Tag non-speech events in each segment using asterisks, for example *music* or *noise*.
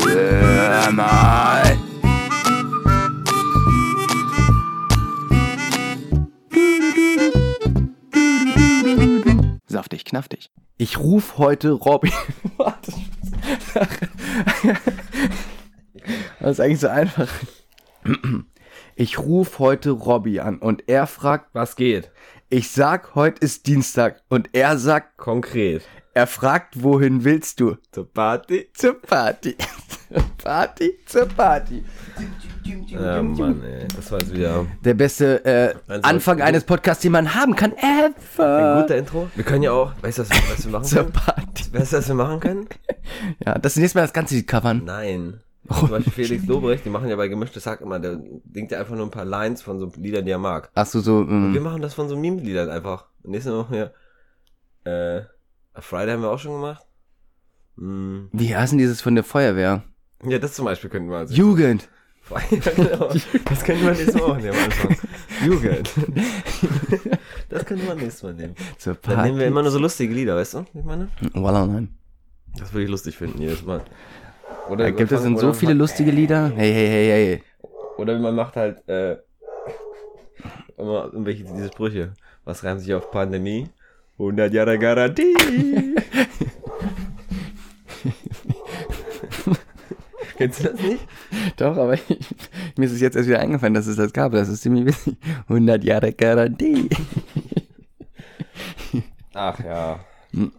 Hör mal. Saftig, knaftig. Ich rufe heute Robby. *laughs* Warte. das ist eigentlich so einfach. Ich rufe heute Robby an und er fragt, Was geht? ich sag, heute ist Dienstag und er sagt, Konkret. er fragt, wohin willst du? Zur Party? Zur Party. Zur Party, zur Party. Ja, Oh Mann, ey. Das war jetzt wieder Der beste äh, Also, Anfang du- eines Podcasts, den man haben kann, ein ever. guter Intro. Wir können ja auch. Weißt du, was, wir- was wir machen *laughs* Zur können? Party. Weißt du, was wir machen können? *laughs* Ja, das nächste Mal das ganze Lied covern. Oh. Nein. Zum Beispiel Felix Lobrecht, die machen ja bei Gemischtes Hack immer, der singt ja einfach nur ein paar Lines von so Liedern, die er mag. Hast du so, Wir ähm, machen das von so Meme-Liedern einfach. Und nächstes Mal machen wir. Äh, Friday haben wir auch schon gemacht. Hm. wie heißt denn dieses von der Feuerwehr? Ja, das zum Beispiel könnten wir also. Jugend. genau. Das könnten wir nächstes Mal auch nehmen. am Anfang. Jugend. Das könnten wir nächstes Mal nehmen. Zur Party. Dann nehmen wir immer nur so lustige Lieder, weißt du? Ich meine? Wallah, nein. Das würde ich lustig finden, jedes Mal. Oder Da gibt es denn so oder viele man, lustige Lieder. Hey, hey, hey, hey. Oder man macht halt äh, immer irgendwelche diese Sprüche. Was reimt sich auf Pandemie? 100 Jahre Garantie. *laughs* Kennst du das nicht? Doch, aber *laughs* ich, mir ist es jetzt erst wieder eingefallen, dass es das gab. Das ist ziemlich witzig. 100 Jahre Garantie. Ach ja. Ja, Hm.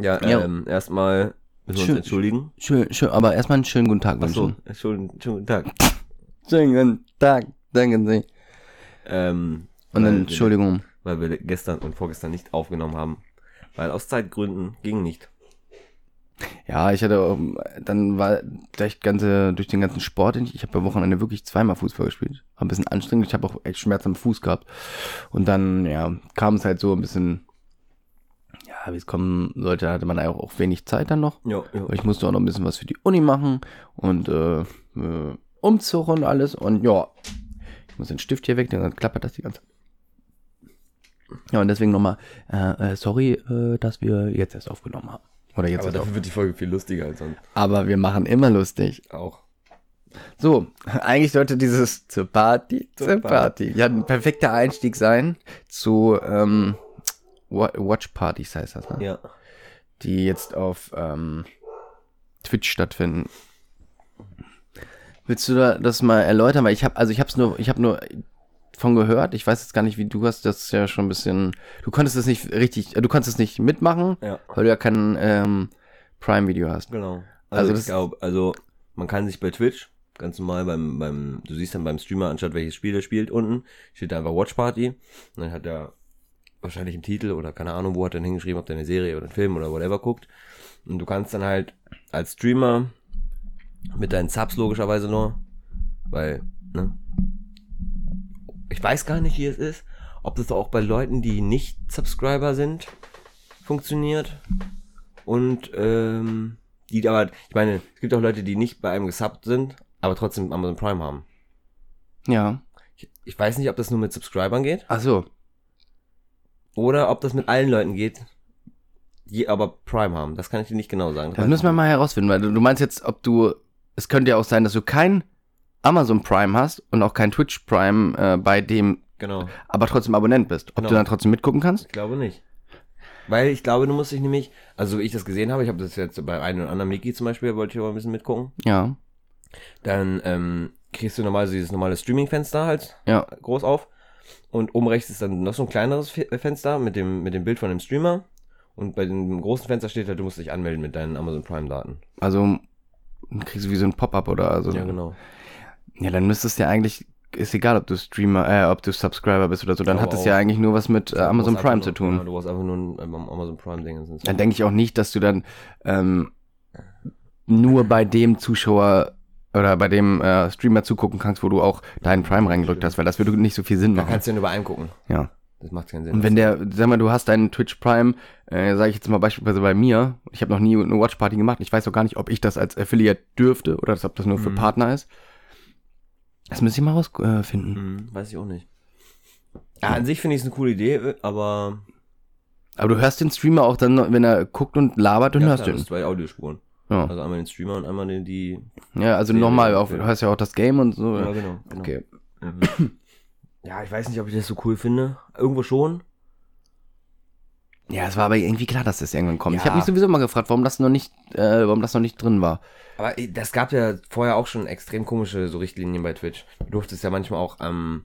Ja. ähm, erstmal müssen wir Schön. uns entschuldigen. Schön, schön, aber erstmal einen schönen guten Tag Achso, wünschen. Entschuldigen, schönen guten Tag. Schönen guten Tag. Danken Sie. Ähm, Und weil dann, wir- Entschuldigung. Weil wir gestern und vorgestern nicht aufgenommen haben. Weil aus Zeitgründen ging nicht. Ja, ich hatte, ähm, dann war durch, ganze, durch den ganzen Sport, den ich ich habe am Wochenende wirklich zweimal Fußball gespielt. War ein bisschen anstrengend, ich habe auch echt Schmerzen am Fuß gehabt. Und dann, ja, kam es halt so ein bisschen, ja, wie es kommen sollte, hatte man ja auch, auch wenig Zeit dann noch. Ja, ja. Aber Ich musste auch noch ein bisschen was für die Uni machen und äh, äh, Umzug und alles. Und ja, ich muss den Stift hier weg, dann klappert das die ganze Ja, und deswegen nochmal, äh, äh, sorry, äh, dass wir jetzt erst aufgenommen haben. Oder jetzt Aber erst dafür wird die Folge viel lustiger als sonst. aber wir machen immer lustig. Auch. So, eigentlich sollte dieses zur Party, zur Zur Party. Party. Ja, ein perfekter Einstieg sein zu ähm, Wa- Watch Partys heißt das, ne? Ja. Die jetzt auf ähm, Twitch stattfinden. Willst du da das mal erläutern? Weil ich habe, also ich habe es nur, ich habe nur von gehört. Ich weiß jetzt gar nicht, wie du hast das ja schon ein bisschen. Du konntest es nicht richtig, äh, du konntest es nicht mitmachen, Ja, weil du ja kein ähm, Prime-Video hast. genau. Also Also, das- ich glaube, also man kann sich bei Twitch ganz normal beim, beim, du siehst dann beim Streamer, anstatt welches Spiel er spielt, unten steht da einfach Watch Party. Und dann hat er wahrscheinlich einen Titel oder keine Ahnung, wo hat er dann hingeschrieben, ob der eine Serie oder einen Film oder whatever guckt. Und du kannst dann halt als Streamer mit deinen Subs logischerweise nur, weil, ne? Ich weiß gar nicht, wie es ist, ob das auch bei Leuten, die nicht Subscriber sind, funktioniert. Und ähm, die aber, ich meine, es gibt auch Leute, die nicht bei einem gesubbt sind, aber trotzdem Amazon Prime haben. Ja. Ich, ich weiß nicht, ob das nur mit Subscribern geht Ach so. oder ob das mit allen Leuten geht, die aber Prime haben. Das kann ich dir nicht genau sagen. Das müssen wir mal herausfinden, weil du du meinst jetzt, ob du, es könnte ja auch sein, dass du kein Amazon Prime hast und auch kein Twitch Prime, äh, bei dem, Genau. aber trotzdem Abonnent bist. Ob du Genau. dann trotzdem mitgucken kannst? Ich glaube nicht. Weil ich glaube, du musst dich nämlich, also wie ich das gesehen habe, ich habe das jetzt bei einem oder anderen Mickey zum Beispiel, wollte ich aber ein bisschen mitgucken, Ja. dann ähm, kriegst du normalerweise dieses normale Streaming-Fenster halt Ja. groß auf. Und oben rechts ist dann noch so ein kleineres Fe- Fenster mit dem, mit dem Bild von dem Streamer. Und bei dem großen Fenster steht halt, du musst dich anmelden mit deinen Amazon Prime-Daten. Also, dann kriegst du wie so ein Pop-up oder so. genau. Ja, dann müsstest du ja eigentlich, ist egal, ob du Streamer, äh, ob du Subscriber bist oder so, dann glaube hat das ja Genau auch. eigentlich nur was mit äh, Amazon Du brauchst Prime einfach zu nur- Ja, tun. du brauchst einfach nur ein ähm, Amazon Prime-Ding. ins Dann denke ich auch nicht, dass du dann, ähm, nur bei dem Zuschauer oder bei dem äh, Streamer zugucken kannst, wo du auch deinen Prime reingedrückt hast, weil das würde nicht so viel Sinn Da machen. kannst du ja nur bei einem gucken. genau. Ja. Das macht keinen Sinn. Und wenn der, sag mal, du hast deinen Twitch Prime, äh, sage ich jetzt mal beispielsweise bei mir, ich habe noch nie eine Watch Party gemacht, ich weiß auch gar nicht, ob ich das als Affiliate dürfte oder das- ob das nur für Mhm. Partner ist. Das müsste ich mal äh, rausfinden. Hm, weiß ich auch nicht. Ja, an sich finde ich es eine coole Idee, aber Aber du hörst den Streamer auch dann, wenn er guckt und labert und ja, hörst klar, ihn. das zwei Audiospuren. Ja, Also einmal den Streamer und einmal den, die. ja also Nee, nochmal, nee, auf, okay. du hast ja auch das Game und so. Ja, genau. genau. Okay. Ähm, *clears throat* ja, ich weiß nicht, ob ich das so cool finde. Irgendwo schon. Ja, es war aber irgendwie klar, dass das irgendwann kommt. Ich Ja. habe mich sowieso mal gefragt, warum das noch nicht, äh, warum das noch nicht drin war. Aber äh, das gab ja vorher auch schon extrem komische so Richtlinien bei Twitch. Du durftest ja manchmal auch ähm,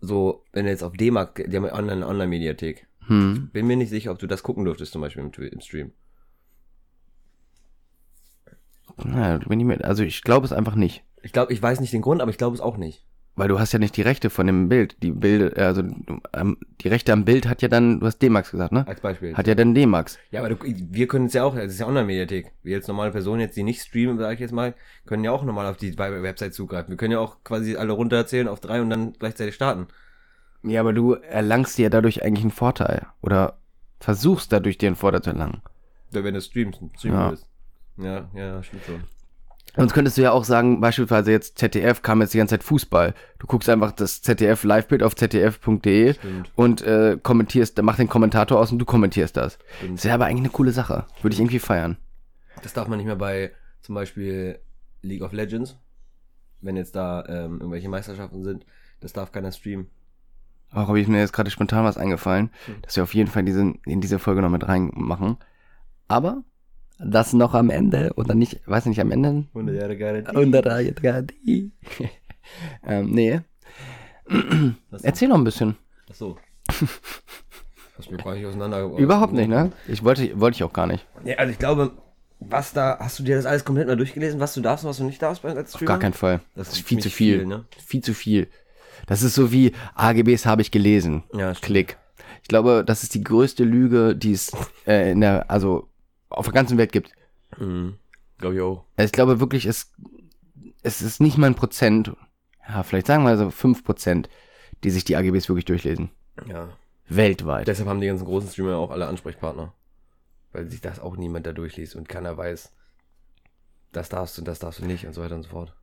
so, wenn du jetzt auf D-Markt, die haben ja online eine Online-Mediathek. Hm. Bin mir nicht sicher, ob du das gucken durftest zum Beispiel im, Twi- im Stream. Ja, bin ich mir, also ich glaube es einfach nicht. Ich glaube, ich weiß nicht den Grund, aber ich glaube es auch nicht. Weil du hast ja nicht die Rechte von dem Bild. Die Bilder, also du- ähm, die Rechte am Bild hat ja dann, du hast D-Max gesagt, ne? Als Beispiel. Hat ja dann D-Max. ja, aber du, wir können es ja auch, es ist ja Online-Mediathek. Wir als normale Personen jetzt, die nicht streamen, sage ich jetzt mal, können ja auch normal auf die Web- Website zugreifen. Wir können ja auch quasi alle runterzählen auf drei und dann gleichzeitig starten. Ja, aber du erlangst dir ja dadurch eigentlich einen Vorteil. Oder versuchst dadurch dir einen Vorteil zu erlangen. Wenn du streamst, streamen Ja. bist. Ja, ja, stimmt schon. Sonst könntest du ja auch sagen, beispielsweise jetzt ZDF kam jetzt die ganze Zeit Fußball. Du guckst einfach das ZDF-Live-Bild auf zdf.de Stimmt. und äh, kommentierst, mach den Kommentator aus und du kommentierst das. Stimmt. Das wäre aber eigentlich eine coole Sache. Würde ich irgendwie feiern. Das darf man nicht mehr bei zum Beispiel League of Legends, wenn jetzt da ähm, irgendwelche Meisterschaften sind, das darf keiner streamen. Auch habe ich mir jetzt gerade spontan was eingefallen, Hm. dass wir auf jeden Fall diesen, in diese Folge noch mit reinmachen. Aber das noch am Ende oder nicht, weiß nicht, am Ende 100 Jahre Garantie. unter der Garantie. *laughs* ähm, nee. *clears throat* Erzähl noch ein bisschen. *laughs* Achso. Hast mir gar nicht auseinandergebracht. Überhaupt nicht, ne? Ich wollte, wollte ich auch gar nicht. Ja, also ich glaube, was da, hast du dir das alles komplett mal durchgelesen, was du darfst und was du nicht darfst bei als Auf gar keinen Fall. Das, Das ist ist viel zu ziemlich viel. viel, ne? Viel zu viel. Das ist so wie AGBs habe ich gelesen. Ja, stimmt. Klick. Ich glaube, das ist die größte Lüge, die es äh, in der, also auf der ganzen Welt gibt. Mhm. Glaube ich auch. Ich glaube wirklich, es, es ist nicht mal ein Prozent, ja, vielleicht sagen wir so fünf Prozent, die sich die AGBs wirklich durchlesen. Ja. Weltweit. Deshalb haben die ganzen großen Streamer auch alle Ansprechpartner. Weil sich das auch niemand da durchliest und keiner weiß, das darfst du und das darfst du nicht und so weiter und so fort.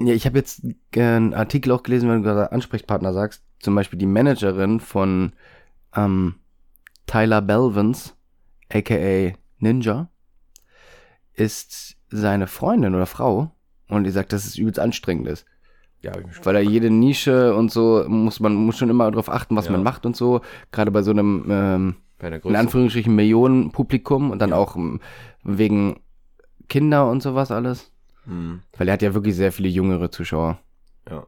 Ja, ich habe jetzt äh, einen Artikel auch gelesen, wenn du gerade Ansprechpartner sagst. Zum Beispiel die Managerin von ähm, Tyler Belvins, aka Ninja, ist seine Freundin oder Frau. Und die sagt, dass es übelst anstrengend ist. Ja, hab ich mich schon. Weil da jede Nische und so muss man muss schon immer darauf achten, was Ja. man macht und so. Gerade bei so einem ähm, Bei der in Größe. Anführungsstrichen Millionen Publikum und dann auch ähm, wegen Kinder und sowas alles. Mhm. Weil er hat ja wirklich sehr viele jüngere Zuschauer. Ja.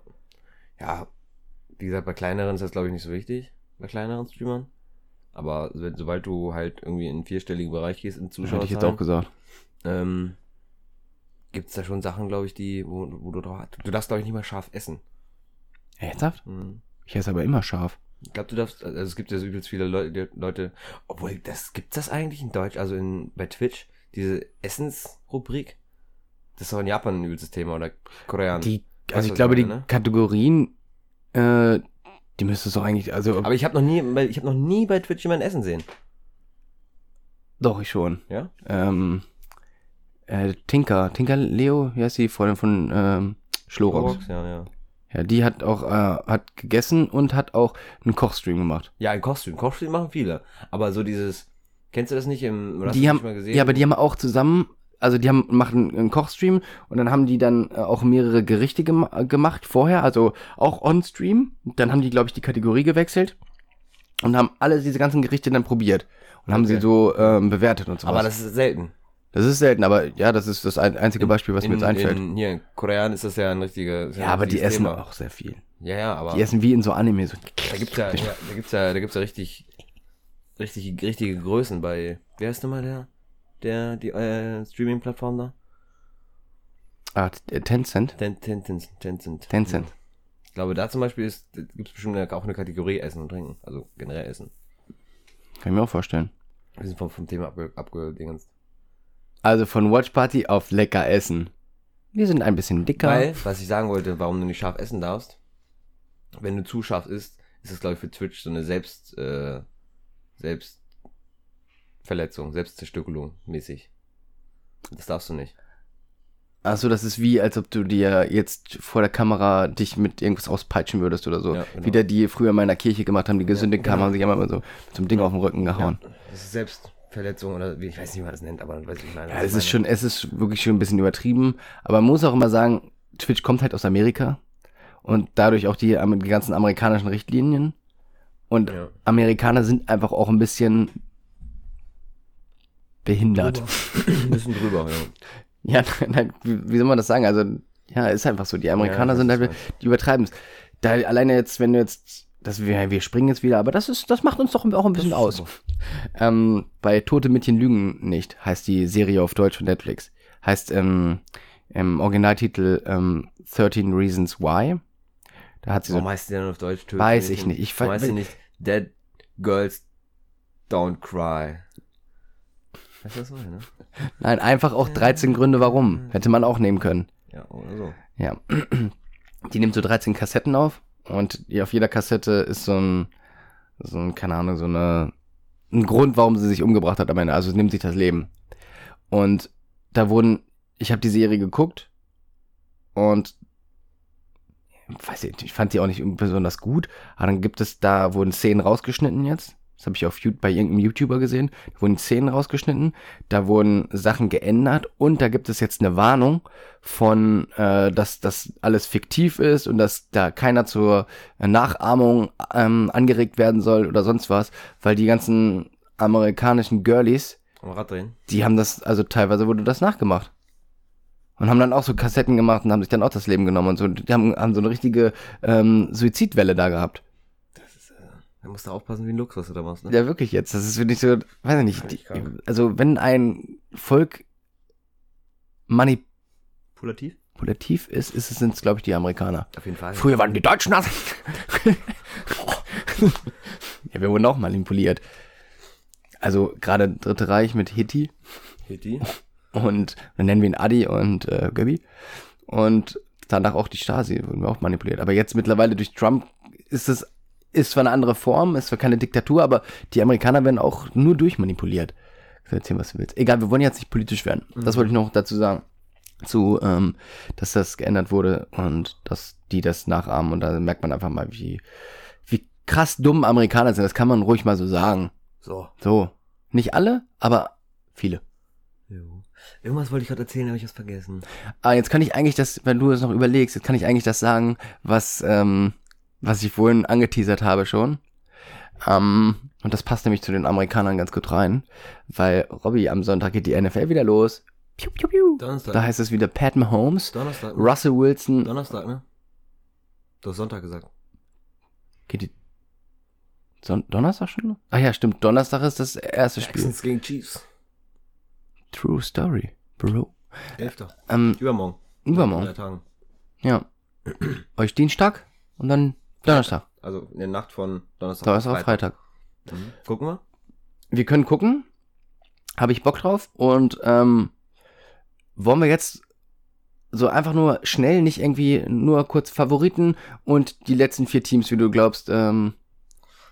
Ja, wie gesagt, bei kleineren ist das, glaube ich, nicht so wichtig. Bei kleineren Streamern. Aber wenn, sobald du halt irgendwie in den vierstelligen Bereich gehst, in Hätte Zuschauer, ich jetzt auch gesagt. ähm, gibt es da schon Sachen, glaube ich, die, wo, wo du drauf Du darfst, glaube ich, nicht mal scharf essen. Hm. Ernsthaft? Ich esse aber immer scharf. Ich glaube, du darfst, also es gibt ja so übelst viele Leu die Leute, obwohl, das gibt's das eigentlich in Deutsch, also in, bei Twitch, diese Essensrubrik? Das ist doch in Japan ein übelstes Thema oder Korean. Die, Weißt also du, ich glaube, was ich die meine, ne? Kategorien, äh, die müsste es doch eigentlich, also Aber ich habe noch nie, bei- ich habe noch nie bei Twitch jemanden essen sehen. doch ich schon. Ja? Ähm, äh, Tinker, Tinker Leo, wie heißt die Freundin von ähm, Schlorox? ja, ja. Ja, die hat auch äh, hat gegessen und hat auch einen Kochstream gemacht. Ja, ein Kostüm. Kostüm machen viele. Aber so dieses, kennst du das nicht im, oder Die das haben, nicht mal gesehen? ja, aber die haben auch zusammen, also die haben machen einen Kochstream und dann haben die dann äh, auch mehrere Gerichte gem äh, gemacht vorher, also auch on Stream. Dann haben die, glaube ich, die Kategorie gewechselt und haben alle diese ganzen Gerichte dann probiert und haben Okay. sie so ähm, bewertet und so. aber das ist selten. das ist selten, aber ja, das ist das ein einzige Beispiel, was mir jetzt einfällt. In, hier, in Korean ist das ja ein richtiger. ist ja ja, ein aber die richtiges essen Thema. auch sehr viel. Ja, ja, aber Die essen wie in so Anime so. da gibt's ja, ja, da gibt's ja, da gibt's ja richtig, richtig, richtige Größen bei, wer ist nochmal der, der, die, äh, Streaming-Plattform da? Ah, Tencent, Ten, ten, ten, Tencent. Tencent. Ich glaube, da zum Beispiel ist, gibt's bestimmt auch eine Kategorie Essen und Trinken. Also generell Essen. Kann ich mir auch vorstellen. Wir sind vom, vom Thema abge, abgedingens. Also von Watch Party auf lecker essen. Wir sind ein bisschen dicker. Weil, was ich sagen wollte, warum du nicht scharf essen darfst, wenn du zu scharf isst, ist das, glaube ich, für Twitch so eine Selbst, äh, Selbstverletzung, Selbstzerstückelung mäßig. Das darfst du nicht. Achso, das ist wie, als ob du dir jetzt vor der Kamera dich mit irgendwas auspeitschen würdest oder so. Ja, genau. Wie der die früher in meiner Kirche gemacht haben, die gesündigt genau. haben, haben sich einmal immer so mit so einem Ding auf den Rücken gehauen. Das ist selbst, Verletzung oder wie ich weiß nicht, wie man das nennt, aber weiß ich nicht. was Ja, ich es meine. ist schon, es ist wirklich schon ein bisschen übertrieben. Aber man muss auch immer sagen, Twitch kommt halt aus Amerika und dadurch auch die, am- die ganzen amerikanischen Richtlinien. Und Ja. Amerikaner sind einfach auch ein bisschen behindert. ein bisschen drüber. *clears throat* Ja. Ja, *laughs* nein, wie, wie soll man das sagen? Also, ja, ist einfach so. Die Amerikaner Ja, sind das halt, die übertreiben es. Da alleine jetzt, wenn du jetzt, das, wir, wir springen jetzt wieder, aber das ist, das macht uns doch auch ein bisschen aus. Ähm, bei Tote Mädchen lügen nicht, heißt die Serie auf Deutsch von Netflix. Heißt ähm, im Originaltitel ähm, 13 Reasons Why. Da hat sie so, Warum heißt die dann auf Deutsch töten? Weiß ich Mädchen? nicht. Ich Warum weiß- heißt sie nicht Dead Girls Don't Cry. Weißt du das so, ne? nein, einfach auch 13 Gründe warum. Äh. Hätte man auch nehmen können. Ja, oder so. Ja. Die nimmt so 13 Kassetten auf und die- auf jeder Kassette ist so ein, so ein, keine Ahnung, so eine, ein Grund, warum sie sich umgebracht hat am Ende. Also nimmt sich das Leben. Und da wurden, ich habe die Serie geguckt und weiß ich, ich fand die auch nicht besonders gut. Aber dann gibt es, da wurden Szenen rausgeschnitten jetzt. Das habe ich auf Yout- bei irgendeinem YouTuber gesehen. Da wurden Szenen rausgeschnitten, da wurden Sachen geändert und da gibt es jetzt eine Warnung von, äh, dass das alles fiktiv ist und dass da keiner zur Nachahmung ähm, angeregt werden soll oder sonst was, weil die ganzen amerikanischen Girlies, Am Rad drehen. die haben das, also teilweise wurde das nachgemacht. Und haben dann auch so Kassetten gemacht und haben sich dann auch das Leben genommen und so. Die haben, haben so eine richtige ähm, Suizidwelle da gehabt. Da musst du aufpassen, wie ein Luchs, was du da machst. Ne? äh, Ja, wirklich jetzt. Das ist wirklich so, weiß ich nicht. Die, Völlig krank. also, wenn ein Volk manipulativ Pulativ? ist, ist es, sind es, glaube ich, die Amerikaner. Auf jeden Fall. Früher waren die Deutschen das. *laughs* ja, wir wurden auch manipuliert. Also, gerade Dritte Reich mit Hitti. Hitty. Und dann nennen wir ihn Adi und äh, Gabi. Und danach auch die Stasi, wurden wir auch manipuliert. Aber jetzt mittlerweile durch Trump ist es, ist zwar eine andere Form, ist zwar keine Diktatur, aber die Amerikaner werden auch nur durchmanipuliert. Kannst du erzählen, was du willst. Egal, wir wollen jetzt nicht politisch werden. Das wollte ich noch dazu sagen. Zu, ähm, dass das geändert wurde und dass die das nachahmen. Und da merkt man einfach mal, wie, wie krass dumm Amerikaner sind. Das kann man ruhig mal so sagen. So. So. Nicht alle, aber viele. Jo. Irgendwas wollte ich gerade erzählen, habe ich was vergessen. Ah, jetzt kann ich eigentlich das, wenn du es noch überlegst, jetzt kann ich eigentlich das sagen, was, ähm, was ich vorhin angeteasert habe schon. Ähm, und das passt nämlich zu den Amerikanern ganz gut rein, weil Robby, am Sonntag geht die NFL wieder los. Piu, piu, piu. Donnerstag. Da heißt es wieder Pat Mahomes, Donnerstag. ne? Russell Wilson. Donnerstag, ne? Du hast Sonntag gesagt. Geht die Son Donnerstag schon? Ach ja, stimmt. Donnerstag ist das erste Spiel. Jacksons gegen Chiefs. True Story, Bro. Elfter. Ähm, Übermorgen. In drei übermorgen. Tagen. Ja. Euch Dienstag und dann Donnerstag. Also in der Nacht von Donnerstag. Donnerstag auf Freitag. Mhm. Gucken wir. wir können gucken. Habe ich Bock drauf. Und ähm, wollen wir jetzt so einfach nur schnell, nicht irgendwie nur kurz Favoriten und die letzten vier Teams, wie du glaubst. Ähm,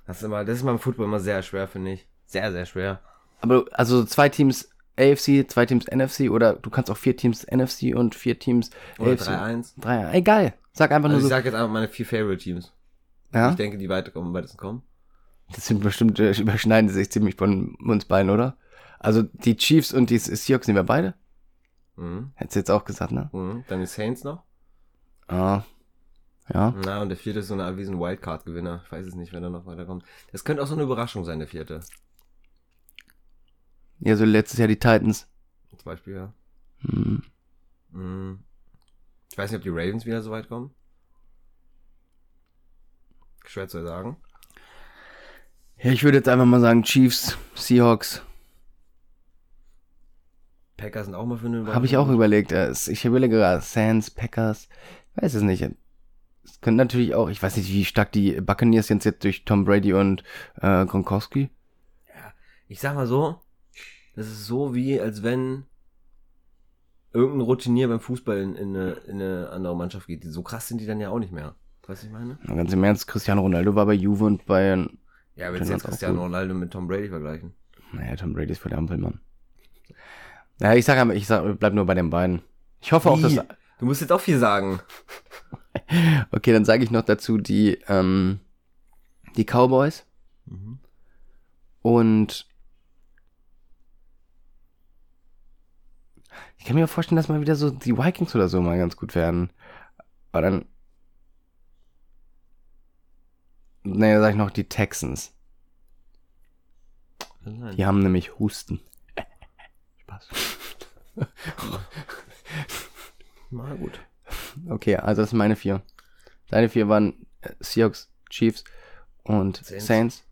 Das ist, immer, das ist beim Football immer sehr schwer, finde ich. Sehr, sehr schwer. aber also zwei Teams AFC, zwei Teams NFC oder du kannst auch vier Teams NFC und vier Teams Oder AFC. 3-1. Drei, egal. Sag einfach Also ich nur so. sag jetzt einfach meine vier Favorite Teams. ja? Ich denke, die weiterkommen, weitesten kommen. Das sind bestimmt, äh, überschneiden sich ziemlich von uns beiden, oder? Also die Chiefs und die Seahawks sind wir beide? Mhm. Hättest du jetzt auch gesagt, ne? Mhm. Dann die Saints noch. Ah. Ja. Na, und der vierte ist so eine erwiesen Wildcard-Gewinner. Ich weiß es nicht, wer da noch weiterkommt. Das könnte auch so eine Überraschung sein, der vierte. Ja, so letztes Jahr die Titans. Zum Beispiel, ja. Hm. Mhm. Ich weiß nicht, ob die Ravens wieder so weit kommen. Schwer zu sagen. Ja, ich würde jetzt einfach mal sagen Chiefs, Seahawks. Packers sind auch mal für eine Überraschung. Habe ich auch überlegt. äh, Ich überlege gerade Sands, Packers. Weiß es nicht. Es können natürlich auch, ich weiß nicht, wie stark die Buccaneers sind jetzt durch Tom Brady und äh, Gronkowski. Ich sag mal so, das ist so wie, als wenn irgendein Routinier beim Fußball in, in, eine, in eine andere Mannschaft geht. So krass sind die dann ja auch nicht mehr. Weißt du, was ich meine? Und Ganz im Ernst, Cristiano Ronaldo war bei Juve und bei, Ja, Finde wenn sie das jetzt auch Cristiano gut. Ronaldo mit Tom Brady vergleichen. naja, Tom Brady ist voll der Ampelmann. Ja, ich sag, einfach- ich sag, bleib nur bei den beiden. Ich hoffe auch, Wie? dass, Du musst jetzt auch viel sagen. okay, dann sage ich noch dazu die, ähm, Mhm. die Cowboys. Und Ich kann mir auch vorstellen, dass mal wieder so die Vikings oder so mal ganz gut werden. Aber dann. Nee, dann sag ich noch die Texans. Kann sein. Die haben nämlich Husten. Spaß. Mal gut. Okay, also das sind meine vier. Deine vier waren äh, Seahawks, Chiefs und Saints. Saints.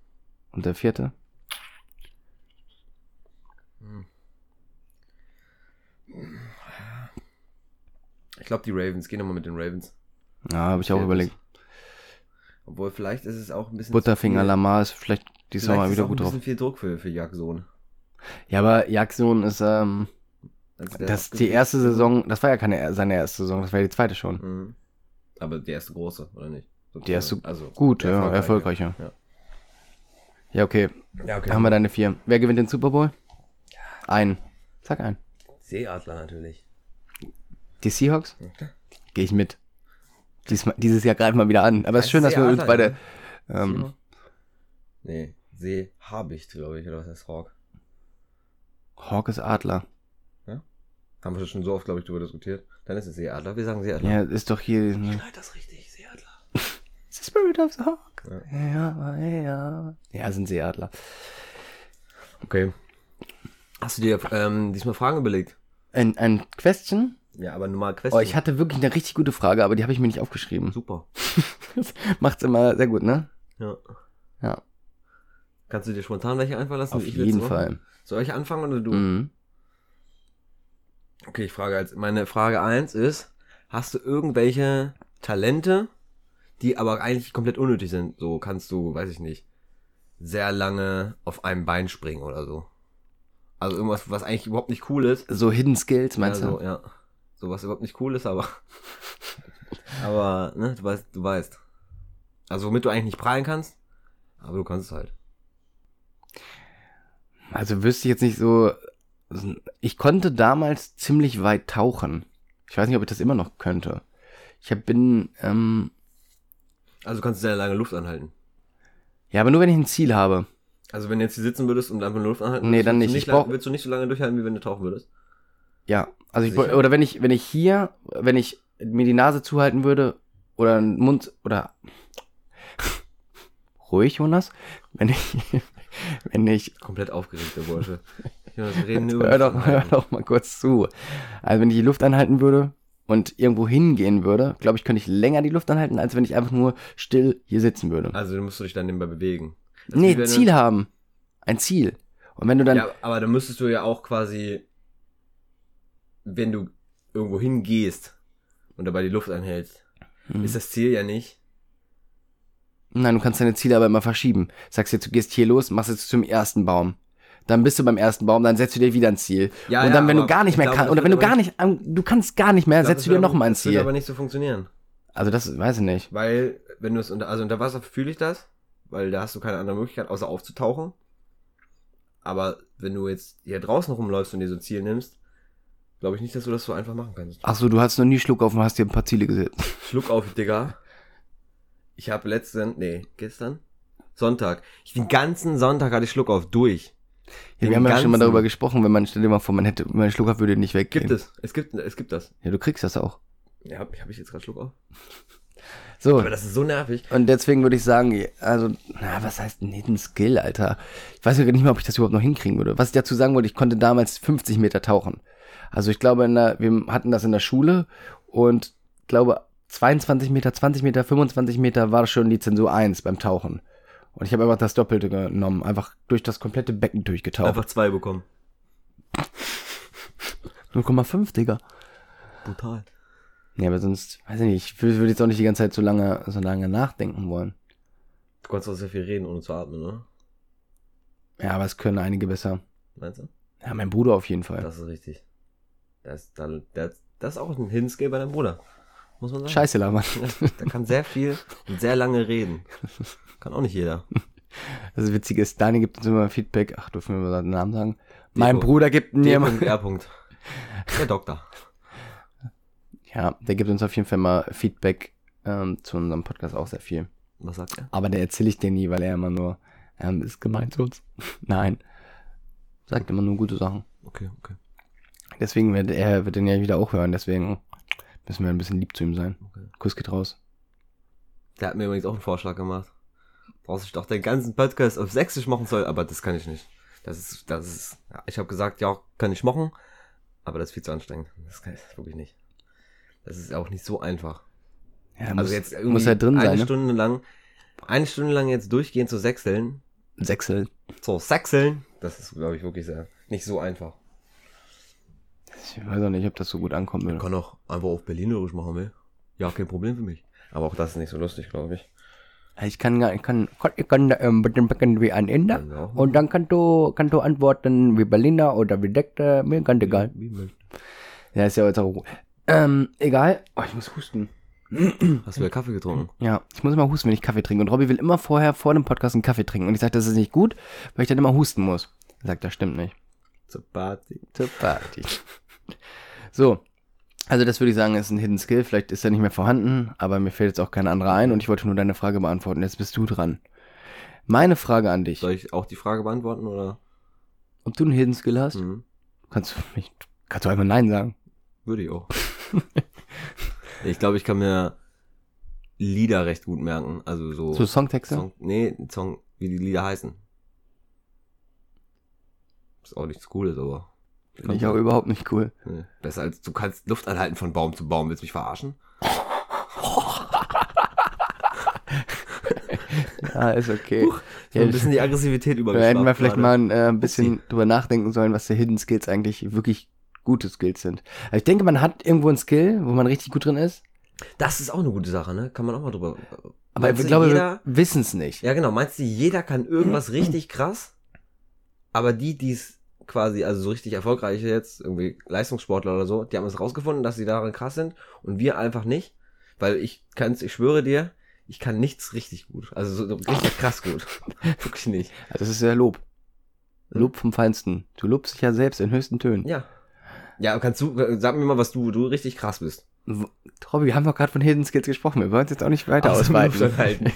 Und der vierte? Ich glaube, die Ravens. Geh nochmal mit den Ravens. Ja, habe ich auch Viertes. überlegt. Obwohl, vielleicht ist es auch ein bisschen. Butterfinger zu viel- Lamar ist vielleicht dieses Vielleicht Mal ist wieder auch gut ein drauf. bisschen viel Druck für, für Jagdsohn. Ja, aber Jackson ist, ähm, Also der- das, die erste Saison, das war ja keine seine erste Saison, das war ja die zweite schon. Mhm. Aber die erste große, oder nicht? Die erste also Gut, die ja, erfolgreiche. erfolgreiche. Ja, okay. Ja, okay. Da haben wir deine vier. Wer gewinnt den Super Bowl? Ein. Sag ein. Seeadler natürlich. Die Seahawks? Gehe ich mit. Diesmal, dieses Jahr greifen wir wieder an. Aber es ist schön, dass wir uns beide. Ähm, Nee, See Habicht, glaube ich, oder was heißt Hawk? Hawk ist Adler. Haben wir schon so oft, glaube ich, darüber diskutiert. Dann ist es Seeadler. Wir sagen Seeadler. Ja, ist doch hier. Ne? Leid das richtig, Seeadler. The Spirit of the Hawk. Ja, ja. Ja, sind Seeadler. Okay. Hast du dir ähm, diesmal Fragen überlegt? Ein, ein Question? Ja, aber nur mal Question. Oh, ich hatte wirklich eine richtig gute Frage, aber die habe ich mir nicht aufgeschrieben. Super. Das *laughs* macht's immer sehr gut, ne? Ja. Ja, Kannst du dir spontan welche einfallen lassen? auf die ich letzte jeden Woche- Fall. Soll ich anfangen oder du? Mhm. Okay, ich frage als meine Frage eins ist, hast du irgendwelche Talente, die aber eigentlich komplett unnötig sind? So kannst du, weiß ich nicht, sehr lange auf einem Bein springen oder so. Also irgendwas, was eigentlich überhaupt nicht cool ist. So Hidden Skills, meinst ja, so, du? ja. So was überhaupt nicht cool ist, aber *laughs* aber ne, du weißt, du weißt. Also womit du eigentlich nicht prahlen kannst, aber du kannst es halt. Also wüsste ich jetzt nicht so. Ich konnte damals ziemlich weit tauchen. Ich weiß nicht, ob ich das immer noch könnte. Ich hab, bin, ähm, Also du kannst sehr lange Luft anhalten. ja, aber nur wenn ich ein Ziel habe. Also wenn du jetzt hier sitzen würdest und einfach nur Luft anhalten, Nee, würdest, dann nicht. würdest Du Ich nicht lang, brauch- willst du nicht so lange durchhalten, wie wenn du tauchen würdest. Ja, also ich, Sicher? oder wenn ich, wenn ich hier, wenn ich mir die Nase zuhalten würde oder den Mund oder *laughs* ruhig, Jonas, wenn ich, *laughs* wenn ich Komplett aufgeregt, der *laughs* Bursche. Jonas, wir reden Jetzt nur über Hör Luft doch, hör anhalten. doch mal kurz zu. Also wenn ich die Luft anhalten würde und irgendwo hingehen würde, glaube ich, könnte ich länger die Luft anhalten, als wenn ich einfach nur still hier sitzen würde. Also du musst dich dann nebenbei bewegen. Also wie nee, wenn du- Ziel haben. Ein Ziel. Und wenn du dann, Ja, aber dann müsstest du ja auch quasi, wenn du irgendwo hingehst und dabei die Luft anhältst, Mhm. ist das Ziel ja nicht. nein, du kannst deine Ziele aber immer verschieben. Sagst jetzt, du gehst hier los, machst jetzt zum ersten Baum. Dann bist du beim ersten Baum, dann setzt du dir wieder ein Ziel. Ja, und ja, dann, wenn du aber gar nicht ich mehr glaube, kannst, das oder wenn wird du gar aber nicht, du kannst gar nicht mehr, Ich glaub, setzt das du dir wird aber- nochmal ein das wird aber Ziel. nicht so funktionieren. Also das weiß ich nicht. Weil, wenn du es unter, also unter Wasser fühle ich das, weil da hast du keine andere Möglichkeit, außer aufzutauchen. Aber wenn du jetzt hier draußen rumläufst und dir so ein Ziel nimmst, glaube ich nicht, dass du das so einfach machen kannst. Ach so, du hast noch nie Schluck auf und hast dir ein paar Ziele gesetzt. Schluck auf, Digga. Ich habe letzten, nee, gestern? Sonntag. Ich, den ganzen Sonntag hatte ich Schluck auf durch. Ja, Den wir haben ja schon mal ganzen- darüber gesprochen, wenn man, stell dir mal vor, man hätte, mein Schluck auf würde nicht weggehen. Gibt es. Es gibt, es gibt das. Ja, du kriegst das auch. Ja, hab, hab ich jetzt gerade Schluck auf? So, Aber das ist so nervig. und deswegen würde ich sagen, also, na, was heißt ein Hidden Skill, Alter? Ich weiß ja nicht mal, ob ich das überhaupt noch hinkriegen würde. Was ich dazu sagen wollte, ich konnte damals 50 Meter tauchen. Also ich glaube, in der, wir hatten das in der Schule und glaube 22 Meter, 20 Meter, 25 Meter war schon die Zensur 1 beim Tauchen. Und ich habe einfach das Doppelte genommen, einfach durch das komplette Becken durchgetaucht. Einfach zwei bekommen. 0,5, Digga. Brutal. Ja, aber sonst, weiß ich nicht, ich wür- würde jetzt auch nicht die ganze Zeit so lange, so lange nachdenken wollen. Du konntest auch sehr viel reden, ohne zu atmen, ne? Ja, aber es können einige besser. Meinst du? Ja, mein Bruder auf jeden Fall. Das ist richtig. Das, da- das, das ist auch ein Hinskill bei deinem Bruder. Muss man sagen. Scheiße, Lamann. Ja, Der kann sehr viel und sehr lange reden. Kann auch nicht jeder. Das Witzige ist, Dani gibt uns immer Feedback. Ach, dürfen wir seinen Namen sagen? Mein Deko. Bruder gibt mir immer. D.R. Punkt. Der Doktor. Ja, der gibt uns auf jeden Fall mal Feedback ähm, zu unserem Podcast auch sehr viel. Was sagt er? Aber der erzähle ich dir nie, weil er immer nur, ähm, *laughs* ist gemeint zu uns. Nein. Sagt immer nur gute Sachen. Okay, okay. Deswegen wird er wird den ja wieder auch hören. Deswegen müssen wir ein bisschen lieb zu ihm sein. Okay. Kuss geht raus. Der hat mir übrigens auch einen Vorschlag gemacht. Dass ich doch den ganzen Podcast auf Sächsisch machen soll, aber das kann ich nicht. Das ist, das ist, ja, ich habe gesagt, ja, kann ich machen, aber das ist viel zu anstrengend. Das kann ich wirklich nicht. Das ist auch nicht so einfach. Ja, Also muss, jetzt irgendwie muss halt drin eine sein. Ne? Stunde lang, eine Stunde lang jetzt durchgehend zu sechseln, Sechsel. so sechseln, das ist, glaube ich, wirklich sehr, nicht so einfach. Ich weiß auch nicht, ob das so gut ankommen würde. Kann auch einfach auf Berlinerisch machen will. Ja, kein Problem für mich. Aber auch das ist nicht so lustig, glaube ich. Ich kann, gar- ich kann, ich kann ähm, mit dem Becken wie ein Inder. Können wir auch Und dann kannst du, kannst du antworten wie Berliner oder wie Dekte. Mir ganz egal. Wie möchte. Ja, ist ja jetzt auch. Ähm, egal. Oh, ich muss husten. Hast du ja Kaffee getrunken? Ja, ich muss immer husten, wenn ich Kaffee trinke. Und Robby will immer vorher vor dem Podcast einen Kaffee trinken. Und ich sage, das ist nicht gut, weil ich dann immer husten muss. Er sagt, das stimmt nicht. Zur Party. Zur Party. So. Also das würde ich sagen, ist ein Hidden Skill. Vielleicht ist er nicht mehr vorhanden, aber mir fällt jetzt auch kein anderer ein und ich wollte nur deine Frage beantworten. Jetzt bist du dran. Meine Frage an dich. Soll ich auch die Frage beantworten oder? Ob du einen Hidden Skill hast? Mhm. Kannst du mich, kannst du einfach Nein sagen. Oh. Würde *laughs* ich auch. ich glaube, ich kann mir Lieder recht gut merken. Also so. So Songtexte? Song, nee, Song, wie die Lieder heißen. Ist auch nichts Cooles, aber. Finde ich auch überhaupt nicht *laughs* cool. Nee. Besser als du kannst Luft anhalten von Baum zu Baum. Willst du mich verarschen? Ja, Ah, ist okay. Huch, So Ja, ein *laughs* bisschen die Aggressivität da hätten wir übergeschlagen vielleicht gerade. mal ein äh, ein bisschen drüber nachdenken sollen, was die Hidden Skills eigentlich wirklich gute Skills sind. Also ich denke, man hat irgendwo einen Skill, wo man richtig gut drin ist, Das ist auch eine gute Sache, ne? Kann man auch mal drüber. aber Meinst ich du, glaube, wir jeder- wissen es nicht. Ja, genau. Meinst du, jeder *clears throat* kann irgendwas richtig krass? Aber die, die es quasi, also so richtig erfolgreiche jetzt, irgendwie Leistungssportler oder so, die haben es rausgefunden, dass sie darin krass sind und wir einfach nicht. Weil ich kann's, ich schwöre dir, ich kann nichts richtig gut. Also so richtig krass *laughs* gut. Wirklich nicht. Also das ist ja Hm? Lob. Lob vom Feinsten. Du lobst dich ja selbst in höchsten Tönen. Ja. Ja, kannst du, sag mir mal, was du, du richtig krass bist. W- Robby, wir haben doch gerade von Hidden Skills gesprochen. Wir wollen es jetzt auch nicht weiter Außer ausweiten. Luft anhalten.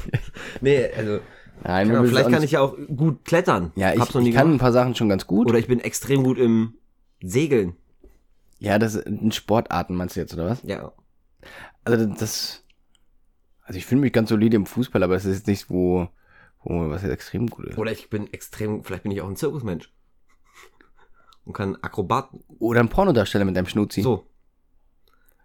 Nee, also, *laughs* Nein, kann wir man, müssen vielleicht auch kann ich nicht- ja auch gut klettern. Ja, ich, Hab's noch nie ich kann gemacht. ein paar Sachen schon ganz gut. Oder ich bin extrem gut im Segeln. ja, das in Sportarten meinst du jetzt, oder was? Ja. Also das. Also ich fühle mich ganz solide im Fußball, aber es ist jetzt nichts, wo, wo was jetzt extrem gut ist. Oder ich bin extrem, vielleicht bin ich auch ein Zirkusmensch. Und kann Akrobaten. Oder ein Pornodarsteller mit deinem Schnutzi. So.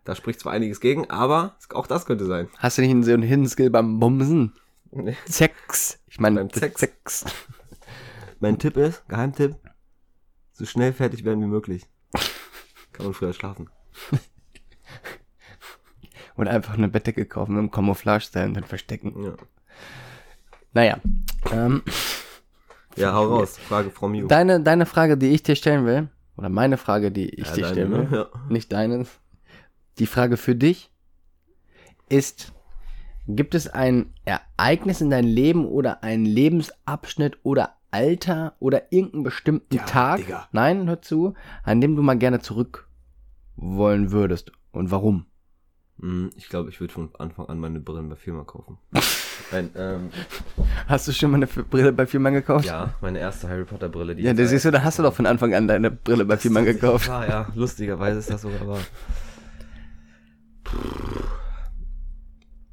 Da spricht zwar einiges gegen, aber auch das könnte sein. Hast du nicht einen so einen Hidden Skill beim Bumsen? Nee. Sex. Ich meine, Beim Sex. Sex. Mein Tipp ist, Geheimtipp, so schnell fertig werden wie möglich. Kann man früher schlafen. Und einfach eine Bettdecke kaufen mit einem Camouflage-Style und dann verstecken. Ja, Naja. Ähm, ja hau raus. Frage Frau Miu. deine, deine Frage, die ich dir stellen will, oder meine Frage, die ich ja, dir deine, stellen will, ne? ja. nicht deine. Die Frage für dich ist, gibt es ein Ereignis in deinem Leben oder einen Lebensabschnitt oder Alter oder irgendeinen bestimmten Ja, Tag, Digga. nein, hör zu, an dem du mal gerne zurück wollen würdest und warum? Hm, Ich glaube, ich würde von Anfang an meine Brillen bei Firma kaufen. Nein, ähm, Hast du schon mal eine F- Brille bei Firma gekauft? ja, meine erste Harry Potter Brille. Die Ja, ich das seit- siehst du, da hast du doch von Anfang an deine Brille bei Firma Das ist tatsächlich gekauft. Wahr, ja, lustigerweise ist das sogar wahr.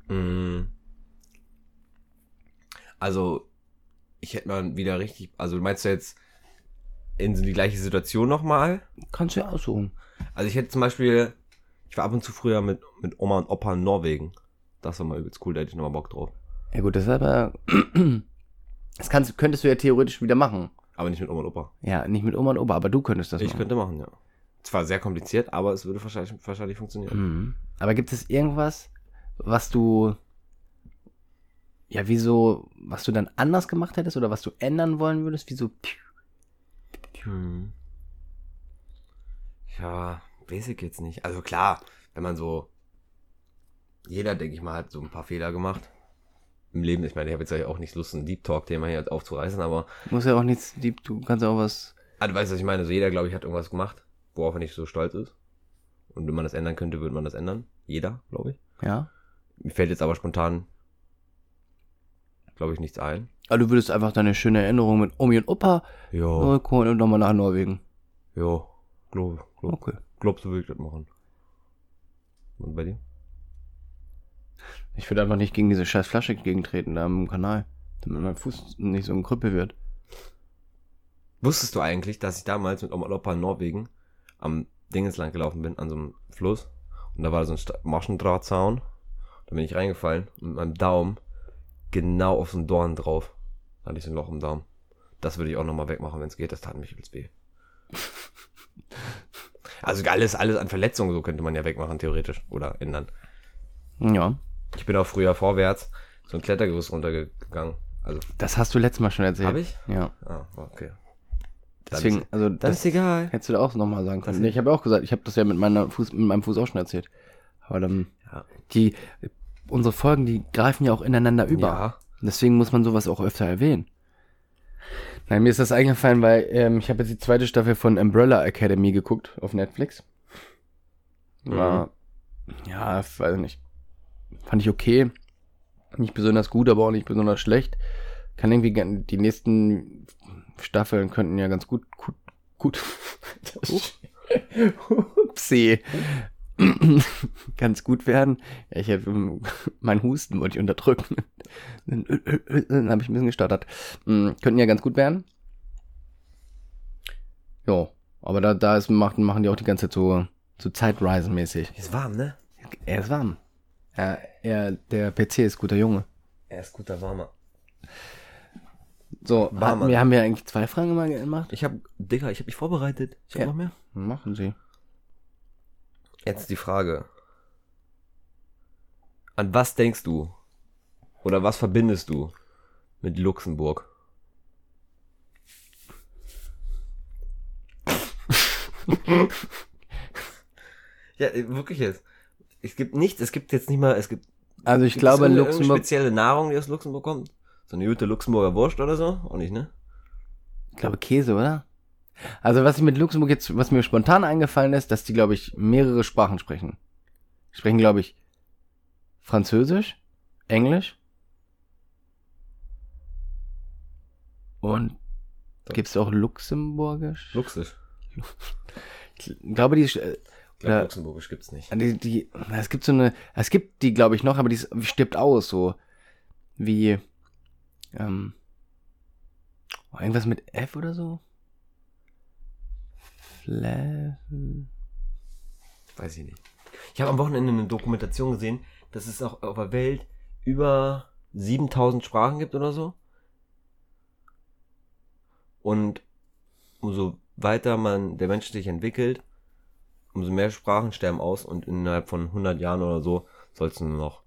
Mm. Also, ich hätte mal wieder richtig. Also, meinst du jetzt in so die gleiche Situation nochmal? Kannst du ja aussuchen. Also, ich hätte zum Beispiel. Ich war ab und zu früher mit, mit Oma und Opa in Norwegen. Das war mal übelst cool, da hätte ich nochmal Bock drauf. Ja gut, das ist aber... *clears throat* Das kannst, könntest du ja theoretisch wieder machen. Aber nicht mit Oma und Opa. Ja, nicht mit Oma und Opa, aber du könntest das ich machen. könnte machen, ja. Zwar sehr kompliziert, aber es würde wahrscheinlich, wahrscheinlich funktionieren. Mhm. Aber gibt es irgendwas, was du, ja, wieso, was du dann anders gemacht hättest oder was du ändern wollen würdest? Wieso? Hm. Ja, weiß ich jetzt nicht. Also klar, wenn man so. Jeder, denke ich mal, hat so ein paar Fehler gemacht. Im Leben, ich meine, ich habe jetzt auch nicht Lust, ein Deep Talk-Thema hier aufzureißen, aber. Muss ja auch nichts, die- du kannst ja auch was. Ah, du weißt, was ich meine. Also jeder, glaube ich, hat irgendwas gemacht, worauf er nicht so stolz ist. Und wenn man das ändern könnte, würde man das ändern. Jeder, glaube ich. Ja. Mir fällt jetzt aber spontan, glaube ich, nichts ein. Aber Also du würdest einfach deine schöne Erinnerung mit Omi und Opa Jo, zurückholen und nochmal nach Norwegen. jo. Glaube, glaub, Okay. glaubst du, würde ich das machen? Und bei dir? Ich würde einfach nicht gegen diese scheiß Flasche gegentreten da im Kanal, damit mein Fuß nicht so ein Krüppel wird. Wusstest du eigentlich, dass ich damals mit Oma und Opa in Norwegen am Dingens lang gelaufen bin, an so einem Fluss? Und da war so ein Sta- Maschendrahtzaun. Da bin ich reingefallen und mit meinem Daumen genau auf so einen Dorn drauf. Da hatte ich so ein Loch im Daumen. Das würde ich auch nochmal wegmachen, wenn es geht. Das tat mich übelst *laughs* weh. Also alles, alles an Verletzungen, so könnte man ja wegmachen, theoretisch. Oder ändern. Ja. Ich bin auch früher vorwärts so ein Klettergerüst runtergegangen. Also, Das hast du letztes Mal schon erzählt. Hab ich? Ja. ah, okay. Dann ist- Deswegen, also dann das ist egal. hättest du da auch nochmal sagen können. Nee, ich habe ja auch gesagt, ich habe das ja mit, meiner Fuß, mit meinem Fuß auch schon erzählt. Aber dann, Ja. die, unsere Folgen, die greifen ja auch ineinander über. Ja. Und Deswegen muss man sowas auch öfter erwähnen. Nein, mir ist das eingefallen, weil ähm, ich habe jetzt die zweite Staffel von Umbrella Academy geguckt auf Netflix. War, ja, weiß nicht. Fand ich okay. Nicht besonders gut, aber auch nicht besonders schlecht. Kann irgendwie gern- die nächsten Staffeln könnten ja ganz gut gut gut. Uh. *laughs* Upsi. *clears throat* ganz gut werden. Ja, ich habe meinen Husten wollte ich unterdrücken. Dann, äh, dann habe ich ein bisschen gestottert. Hm, könnten ja ganz gut werden. Jo, aber da, da ist, macht, machen die auch die ganze Zeit so, so Zeitreisen-mäßig. Ist warm, ne? Er ist warm. Er, er, der PC ist guter Junge. Er ist guter Warmer. So, Warmer. hatten wir haben wir eigentlich zwei Fragen mal gemacht. Ich hab, Digga, ich hab mich vorbereitet. Ich hab Ja. noch mehr. Machen sie. Jetzt die Frage. An was denkst du? Oder was verbindest du mit Luxemburg? ja, äh, wirklich jetzt. Es gibt nichts, es gibt jetzt nicht mal, es gibt Also ich gibt glaube, es in irgendeine- irgendeine Luxemburg, spezielle Nahrung, die aus Luxemburg kommt. So eine gute Luxemburger Wurst oder so? Auch nicht, ne? ich glaube Käse, oder? Also was ich mit Luxemburg jetzt, was mir spontan eingefallen ist, dass die, glaube ich, mehrere Sprachen sprechen. Sprechen, glaube ich, Französisch, Englisch und So. gibt's auch Luxemburgisch? Luxisch. Ich glaube, die, äh, Ich glaub, Ja. Luxemburgisch gibt's nicht. die, die, es gibt so eine, es gibt die, glaube ich, noch, aber die ist, stirbt aus, so wie, ähm, oh, irgendwas mit F oder so? Fla Weiß ich nicht. Ich habe am Wochenende eine Dokumentation gesehen, dass es auch auf der Welt über 7000 Sprachen gibt oder so. Und umso weiter man, der Mensch sich entwickelt, umso mehr Sprachen sterben aus und innerhalb von 100 Jahren oder so soll es nur noch.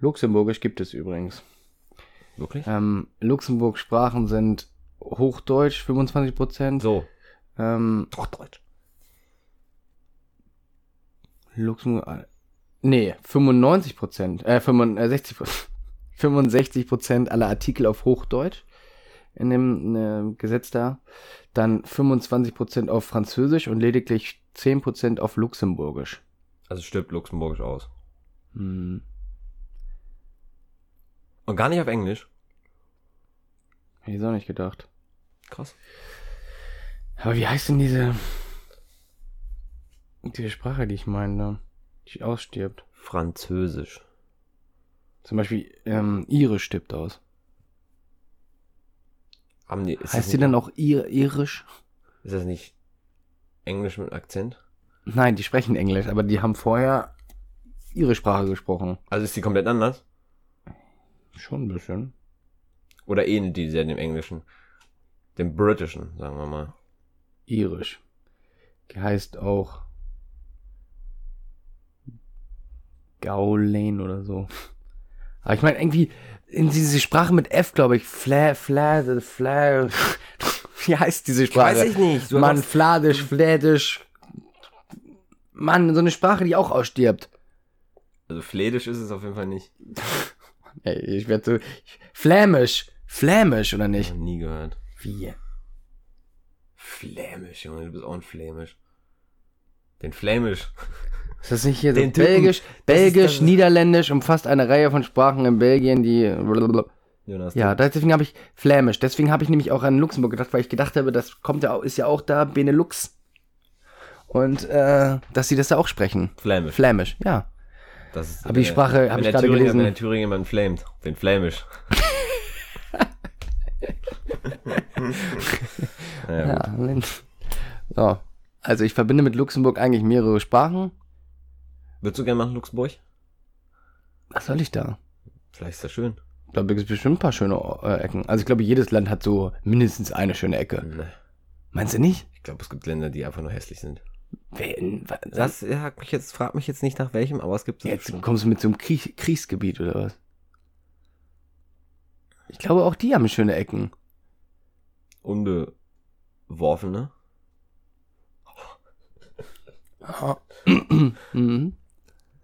Luxemburgisch gibt es übrigens. Wirklich? Ähm, Luxemburg-Sprachen sind Hochdeutsch 25%, So. ähm, Hochdeutsch. Luxemburg, äh, nee, 95%, äh, *laughs* 65%, 65% aller Artikel auf Hochdeutsch in dem äh, Gesetz da, dann 25% auf Französisch und lediglich 10% auf Luxemburgisch. Also stirbt Luxemburgisch aus. Hm. Und gar nicht auf Englisch. Hätte ich so nicht gedacht. Krass. Aber wie heißt denn diese, diese Sprache, die ich meine, ne, die ausstirbt? Französisch. Zum Beispiel, ähm, Irisch stirbt aus. Haben die, ist das heißt die nicht- dann auch Ir Irisch? Ist das nicht Englisch mit Akzent? Nein, die sprechen Englisch, aber die haben vorher ihre Sprache gesprochen. Also ist die komplett anders? Schon ein bisschen. Oder ähnelt die sehr dem Englischen? Dem Britischen, sagen wir mal. Irisch. Heißt auch Gaulen oder so. Aber ich meine, irgendwie in diese Sprache mit F, glaube ich. Fla, fla, fla. *laughs* Wie heißt diese Sprache? nicht. Du Mann, Mann. Fladisch, Flädisch. Mann, so eine Sprache, die auch ausstirbt. Also Fledisch ist es auf jeden Fall nicht. Ey, ich werde so. Flämisch. Flämisch, oder Ich nicht? habe nie gehört. Wie? Flämisch, Junge, du bist auch ein Flämisch. Den Flämisch. *laughs* Ist das nicht hier so Den Typen. Belgisch, das Belgisch, ist- Niederländisch umfasst eine Reihe von Sprachen in Belgien, die Jonas. ja, deswegen habe ich Flämisch, deswegen habe ich nämlich auch an Luxemburg gedacht, weil ich gedacht habe, das kommt ja auch, ist ja auch da Benelux. Und äh, dass sie das da auch sprechen. Flämisch. Flämisch, ja. Das ist, Aber die Sprache hab wenn ich der gerade Thüringer- gelesen. Wenn der Thüringer jemanden flamed, den *laughs* flämisch. ja, gut. ja so. Also ich verbinde mit Luxemburg eigentlich mehrere Sprachen. Würdest du gerne machen Luxemburg? Was soll ich da? Vielleicht ist das schön. Da gibt es bestimmt ein paar schöne äh, Ecken. Also ich glaube, jedes Land hat so mindestens eine schöne Ecke. Nee. Meinst du nicht? Ich glaube, es gibt Länder, die einfach nur hässlich sind. Wen, wa- Das ja, hat mich jetzt, frag mich jetzt nicht nach welchem, aber es gibt es Jetzt kommst du mit so einem Krieg, Kriegsgebiet oder was? Ich glaube, auch die haben schöne Ecken. unbeworfene. *clears throat* Mhm.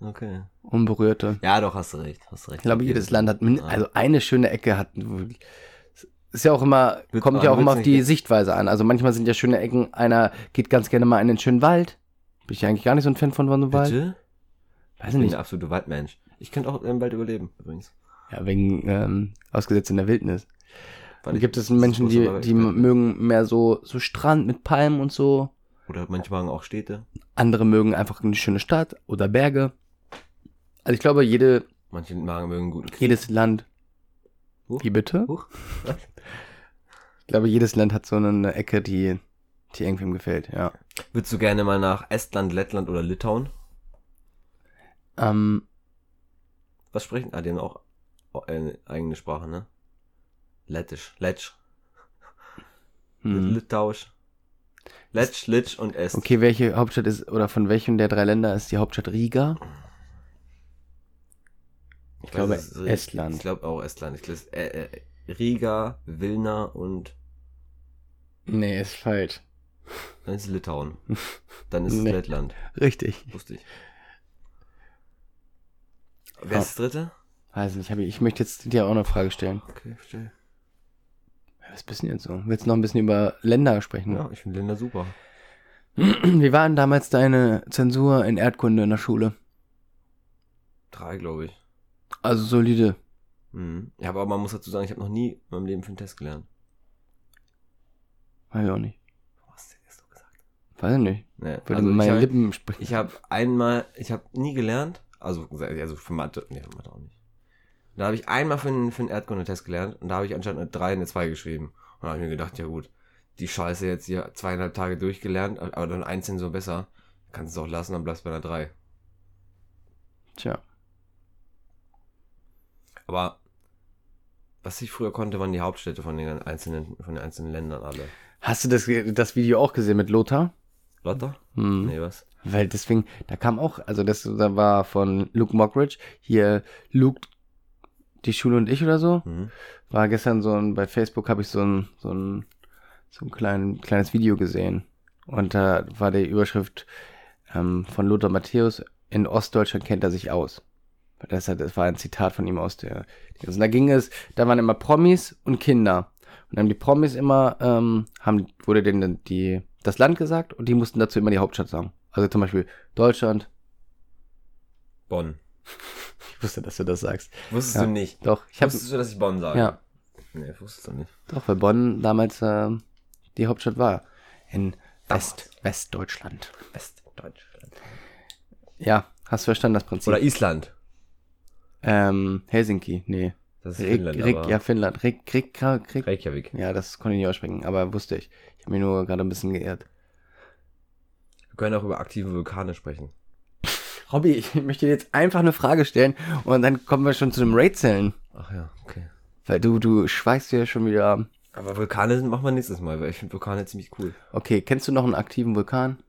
Okay. Unberührte. Ja, doch, hast du recht. Hast du recht. Ich glaube, jedes Land hat, min- Ja. also eine schöne Ecke hat, ist ja auch immer, Wird- kommt ja aber auch immer wird's auf die nicht- Sichtweise an. Also manchmal sind ja schöne Ecken, einer geht ganz gerne mal in den schönen Wald. Bin ich eigentlich gar nicht so ein Fan von, von so einem Wald. Bitte? Weiß Ich ich bin nicht. der absolute Waldmensch. Ich könnte auch im Wald überleben, übrigens. Ja, wegen, ähm, ausgesetzt in der Wildnis. Weil ich- gibt es das ist Menschen, bloß die, aber- die mögen mehr so, so Strand mit Palmen und so. Oder manche machen auch Städte, Andere mögen einfach eine schöne Stadt oder Berge. Also ich glaube, jede, manche machen mögen einen guten Krieg. jedes Land. Huch. Wie bitte? Huch. Ich glaube, jedes Land hat so eine Ecke, die, die irgendwem gefällt, ja. Würdest du gerne mal nach Estland, Lettland oder Litauen? Ähm, Was sprechen? Ah, die haben auch eine eigene Sprache, ne? Lettisch. Letsch. hm. Litauisch. Letsch, Litsch und Est. Okay, welche Hauptstadt ist, oder von welchem der drei Länder ist die Hauptstadt Riga? Ich glaube, es ist- Estland. Ich glaube auch Estland. Ich glaube, es ist, äh, äh, Riga, Vilna und Nee, ist falsch. dann ist es *laughs* Litauen. Dann ist es Nee. Lettland. Richtig. Wusste ich. Wer ist das dritte? Weiß nicht, hab ich, ich möchte jetzt dir auch eine Frage stellen. Okay, verstehe. Was bist du denn jetzt so? Willst du noch ein bisschen über Länder sprechen? Ja, ich finde Länder super. *clears throat* Wie war denn damals deine Zensur in Erdkunde in der Schule? Drei, glaube ich. Also solide. Mhm. Ja, aber man muss dazu sagen, ich habe noch nie in meinem Leben für einen Test gelernt. Weiß ich auch nicht. Was hast du jetzt so gesagt? Weiß ich nicht. Nee, Würde also mit meinen ich habe Lippen sprechen. hab einmal, ich habe nie gelernt, also, also für Mathe, nee, für Mathe auch nicht. Da habe ich einmal für einen, für einen Erdkunde-Test gelernt und da habe ich anscheinend eine 3 und eine 2 geschrieben. Und da habe ich mir gedacht, ja gut, die Scheiße jetzt hier zweieinhalb Tage durchgelernt, aber dann einzeln so besser. Kannst es auch lassen, dann bleibst du bei einer 3. Tja. Aber was ich früher konnte, waren die Hauptstädte von den einzelnen, von den einzelnen Ländern alle. Hast du das, das Video auch gesehen mit Lothar? Lotter? Hm. Nee, was? Weil deswegen, da kam auch, also das da war von Luke Mockridge, hier Luke, die Schule und ich oder so. Mhm. War gestern so ein, bei Facebook habe ich so ein, so ein, so ein klein, kleines Video gesehen. Und da war die Überschrift ähm, von Lothar Matthäus, in Ostdeutschland kennt er sich aus. Das, hat, das war ein Zitat von ihm aus der. Also da ging es, da waren immer Promis und Kinder. Und dann haben die Promis immer, ähm, haben, wurde denen dann die, das Land gesagt und die mussten dazu immer die Hauptstadt sagen. Also zum Beispiel Deutschland. *laughs* Bonn. Ich wusste, dass du das sagst. Wusstest Ja. du nicht? Doch, ich habe Wusstest du, dass ich Bonn sage? Ja. Nee, das wusstest du nicht. Doch, weil Bonn damals ähm, die Hauptstadt war. In West, Westdeutschland. Westdeutschland. Ja, hast verstanden das Prinzip. Oder Island. ähm, Helsinki, nee. Das ist Rik, Finnland, Rik, aber ja, Finnland. Rik, Rik, Rik, Rik. Reykjavik. Ja, das konnte ich nicht aussprechen, aber wusste ich. Ich habe mich nur gerade ein bisschen geirrt. Wir können auch über aktive Vulkane sprechen. Robby, ich *laughs* möchte dir jetzt einfach eine Frage stellen und dann kommen wir schon zu dem Raidzellen. Ach ja, okay. Weil du, du schweigst ja schon wieder. ab. Aber Vulkane sind, machen wir nächstes Mal, weil ich finde Vulkane ziemlich cool. Okay, kennst du noch einen aktiven Vulkan?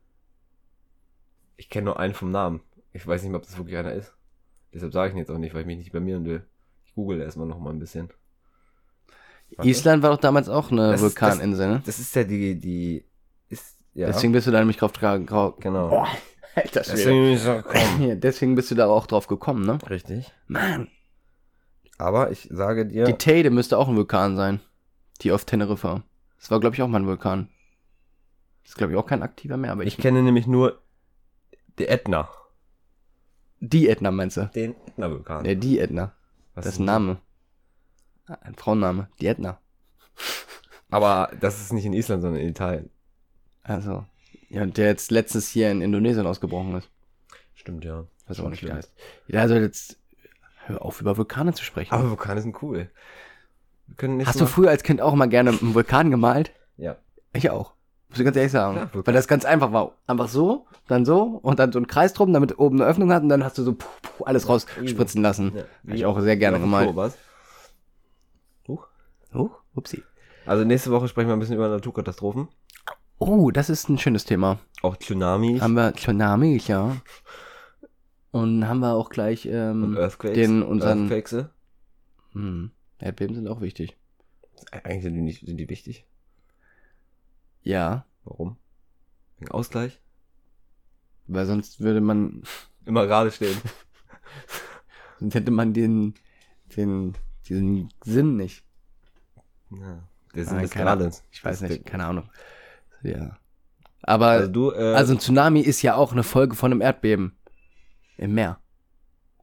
Ich kenne nur einen vom Namen. Ich weiß nicht mal, ob das wirklich einer ist. Deshalb sage ich ihn jetzt auch nicht, weil ich mich nicht blamieren will. Ich google erstmal noch mal ein bisschen. Warte. Island war doch damals auch eine Das ist- das- Vulkaninsel, ne? Das ist ja die, die, ist, ja. Deswegen bist du da nämlich drauf gekommen. *laughs* genau. Boah, Alter Schwede. Deswegen bin ich so, komm. *laughs* Ja, deswegen bist du da auch drauf gekommen, ne? Richtig. Mann. Aber ich sage dir, Die Teide müsste auch ein Vulkan sein. Die auf Teneriffa. Das war, glaube ich, auch mal ein Vulkan. Ist, glaube ich, auch kein aktiver mehr, aber ich ich. kenne nämlich nur die Ätna. die Edna meinst du? Den Ätna-Vulkan. Ne, die Edna. Was das ist denn? ein Name. Ah, Ein Frauenname. Die Edna. Aber das ist nicht in Island, sondern in Italien. Also. Ja, und der jetzt letztens hier in Indonesien ausgebrochen ist. Stimmt, ja. Weiß auch nicht, wie der heißt. Ja, soll jetzt. Hör auf, über Vulkane zu sprechen. Aber Vulkane sind cool. Wir können nicht Hast du früher als Kind auch mal gerne einen Vulkan gemalt? Ja. Ich auch. Muss ich ganz ehrlich sagen. Ja, Vulkan. Weil das ganz einfach war. Einfach so, dann so und dann so einen Kreis drum, damit oben eine Öffnung hat und dann hast du so puh, puh, alles rausspritzen lassen. Ja. Hab ich auch sehr gerne Ja, gemalt. so was. Huch. Huch, upsi. Also nächste Woche sprechen wir ein bisschen über Naturkatastrophen. Oh, das ist ein schönes Thema. Auch Tsunamis Haben wir Tsunami, ja. Und haben wir auch gleich und ähm, Earthquakes. den unseren Earthquakes. hm, Erdbeben sind auch wichtig. Eigentlich sind die, nicht, sind die wichtig. Ja, Warum? Wegen Ausgleich. weil sonst würde man *laughs* Immer gerade stehen. sonst hätte man den den diesen Sinn nicht. Ja. Der Nein, Sinn des keine Gerades. Ich weiß Das- nicht, keine Ahnung. Ja. Aber Also also, du, äh, ein Tsunami ist ja auch eine Folge von einem Erdbeben im Meer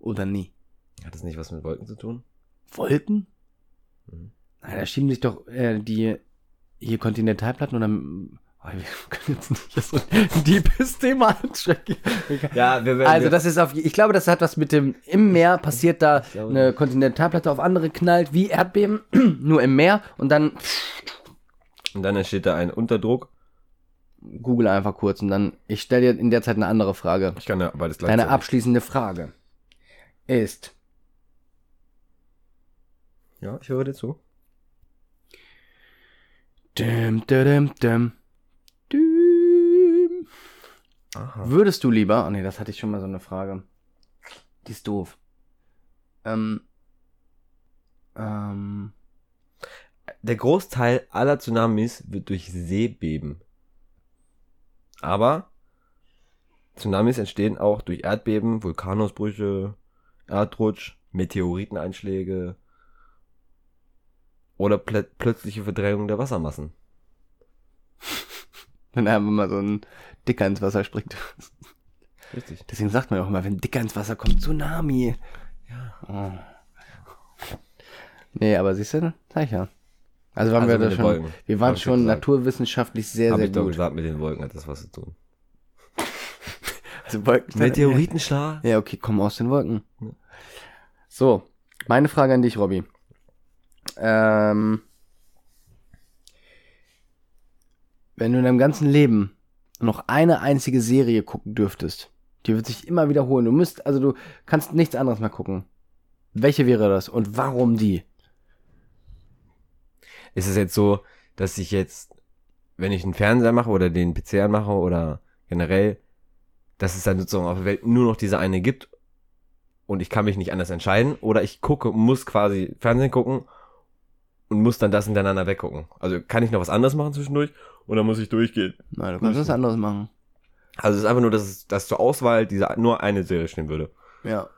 oder nie. hat das nicht was mit Wolken zu tun? Wolken? Mhm. Na, da schieben sich doch äh, die hier Kontinentalplatten oder oh, wir *laughs* können jetzt nicht so ein deepes Thema anschauen. Ja, wir werden. Also das ist auf, je- ich glaube, das hat was mit dem im Meer passiert da glaube eine nicht. Kontinentalplatte auf andere knallt wie Erdbeben *clears throat* nur im Meer und dann und dann entsteht da ein Unterdruck. google einfach kurz und dann ich stelle dir in der Zeit eine andere Frage. Ich kann ja beides gleich. Deine abschließende Frage ist Ja, ich höre dir zu. düm, düm, düm, düm. Aha. würdest du lieber, oh nee, das hatte ich schon mal so eine Frage. Die ist doof. Ähm, ähm, Der Großteil aller Tsunamis wird durch Seebeben. Aber Tsunamis entstehen auch durch Erdbeben, Vulkanausbrüche, Erdrutsch, Meteoriteneinschläge oder plö plötzliche Verdrängung der Wassermassen. wenn einfach mal so ein Dicker ins Wasser springt. *laughs* Richtig. Deswegen sagt man ja auch immer, wenn ein Dicker ins Wasser kommt, Tsunami. Ja. Nee, aber siehst du, sag ich ja. Also waren Also wir mit da den schon, Wolken. wir waren Hab ich doch schon gesagt. naturwissenschaftlich sehr, Hab sehr ich doch gut. gesagt, mit den Wolken hat das was zu tun. Also Wolken- Meteoritenschlag? Ja, okay, komm aus den Wolken. Ja. So, meine Frage an dich, Robby. Ähm, wenn du in deinem ganzen Leben noch eine einzige Serie gucken dürftest, die wird sich immer wiederholen. Du müsst, also du kannst nichts anderes mehr gucken. Welche wäre das und warum die? Ist es jetzt so, dass ich jetzt, wenn ich einen Fernseher mache oder den PC anmache oder generell, dass es dann sozusagen auf der Welt nur noch diese eine gibt und ich kann mich nicht anders entscheiden oder ich gucke, muss quasi Fernsehen gucken und muss dann das hintereinander weggucken. Also kann ich noch was anderes machen zwischendurch und dann muss ich durchgehen. Na, du kannst was anderes machen. Also es ist einfach nur, dass, es, dass zur Auswahl diese, nur eine Serie stehen würde. Ja.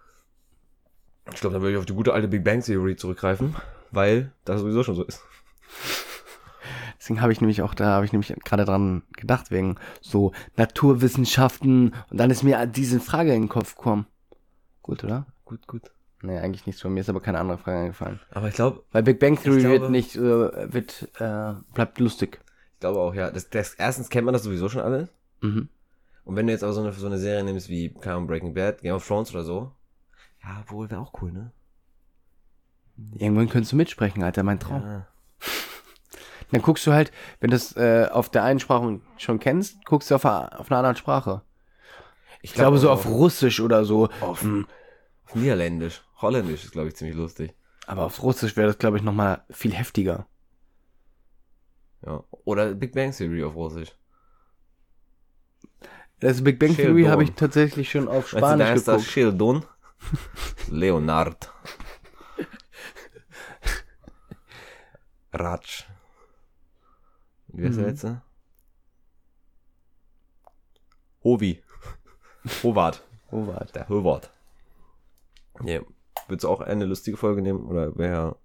Ich glaube, dann würde ich auf die gute alte Big Bang Theory zurückgreifen, weil das sowieso schon so ist. Deswegen habe ich nämlich auch, da habe ich nämlich gerade dran gedacht, wegen so Naturwissenschaften. Und dann ist mir diese Frage in den Kopf gekommen. Gut, oder? Gut, gut. Nee, eigentlich nichts. Bei mir ist aber keine andere Frage eingefallen. Aber ich glaube, Weil Big Bang Theory Ich glaube- wird nicht, äh, wird, äh, bleibt lustig. Ich glaube auch, ja. Das, das, erstens kennt man das sowieso schon alles. Mhm. Und wenn du jetzt aber so eine, so eine Serie nimmst wie keine Ahnung, Breaking Bad, Game of Thrones oder so. Ja, wohl wäre auch cool, ne? Irgendwann könntest du mitsprechen, Alter, mein Traum. Ja. Dann guckst du halt, wenn du es äh, auf der einen Sprache schon kennst, guckst du auf, der- auf einer anderen Sprache. Ich, glaube, so auf auf, Russisch oder so. Hm, auf Niederländisch. Holländisch ist, glaube ich, ziemlich lustig. Aber auf Russisch wäre das, glaube ich, nochmal viel heftiger. Ja. Oder Big Bang Theory auf Russisch. Das Also Big Bang Schön Theory dumm. habe ich tatsächlich schon auf weißt du, da Spanisch ist das geguckt. Schildon. Leonard. Ratsch. Wie heißt der Mhm. letzte? Hovi. Howard. Oh, warte. Der Howard. Ja. Würdest du auch eine lustige Folge nehmen? Oder wer.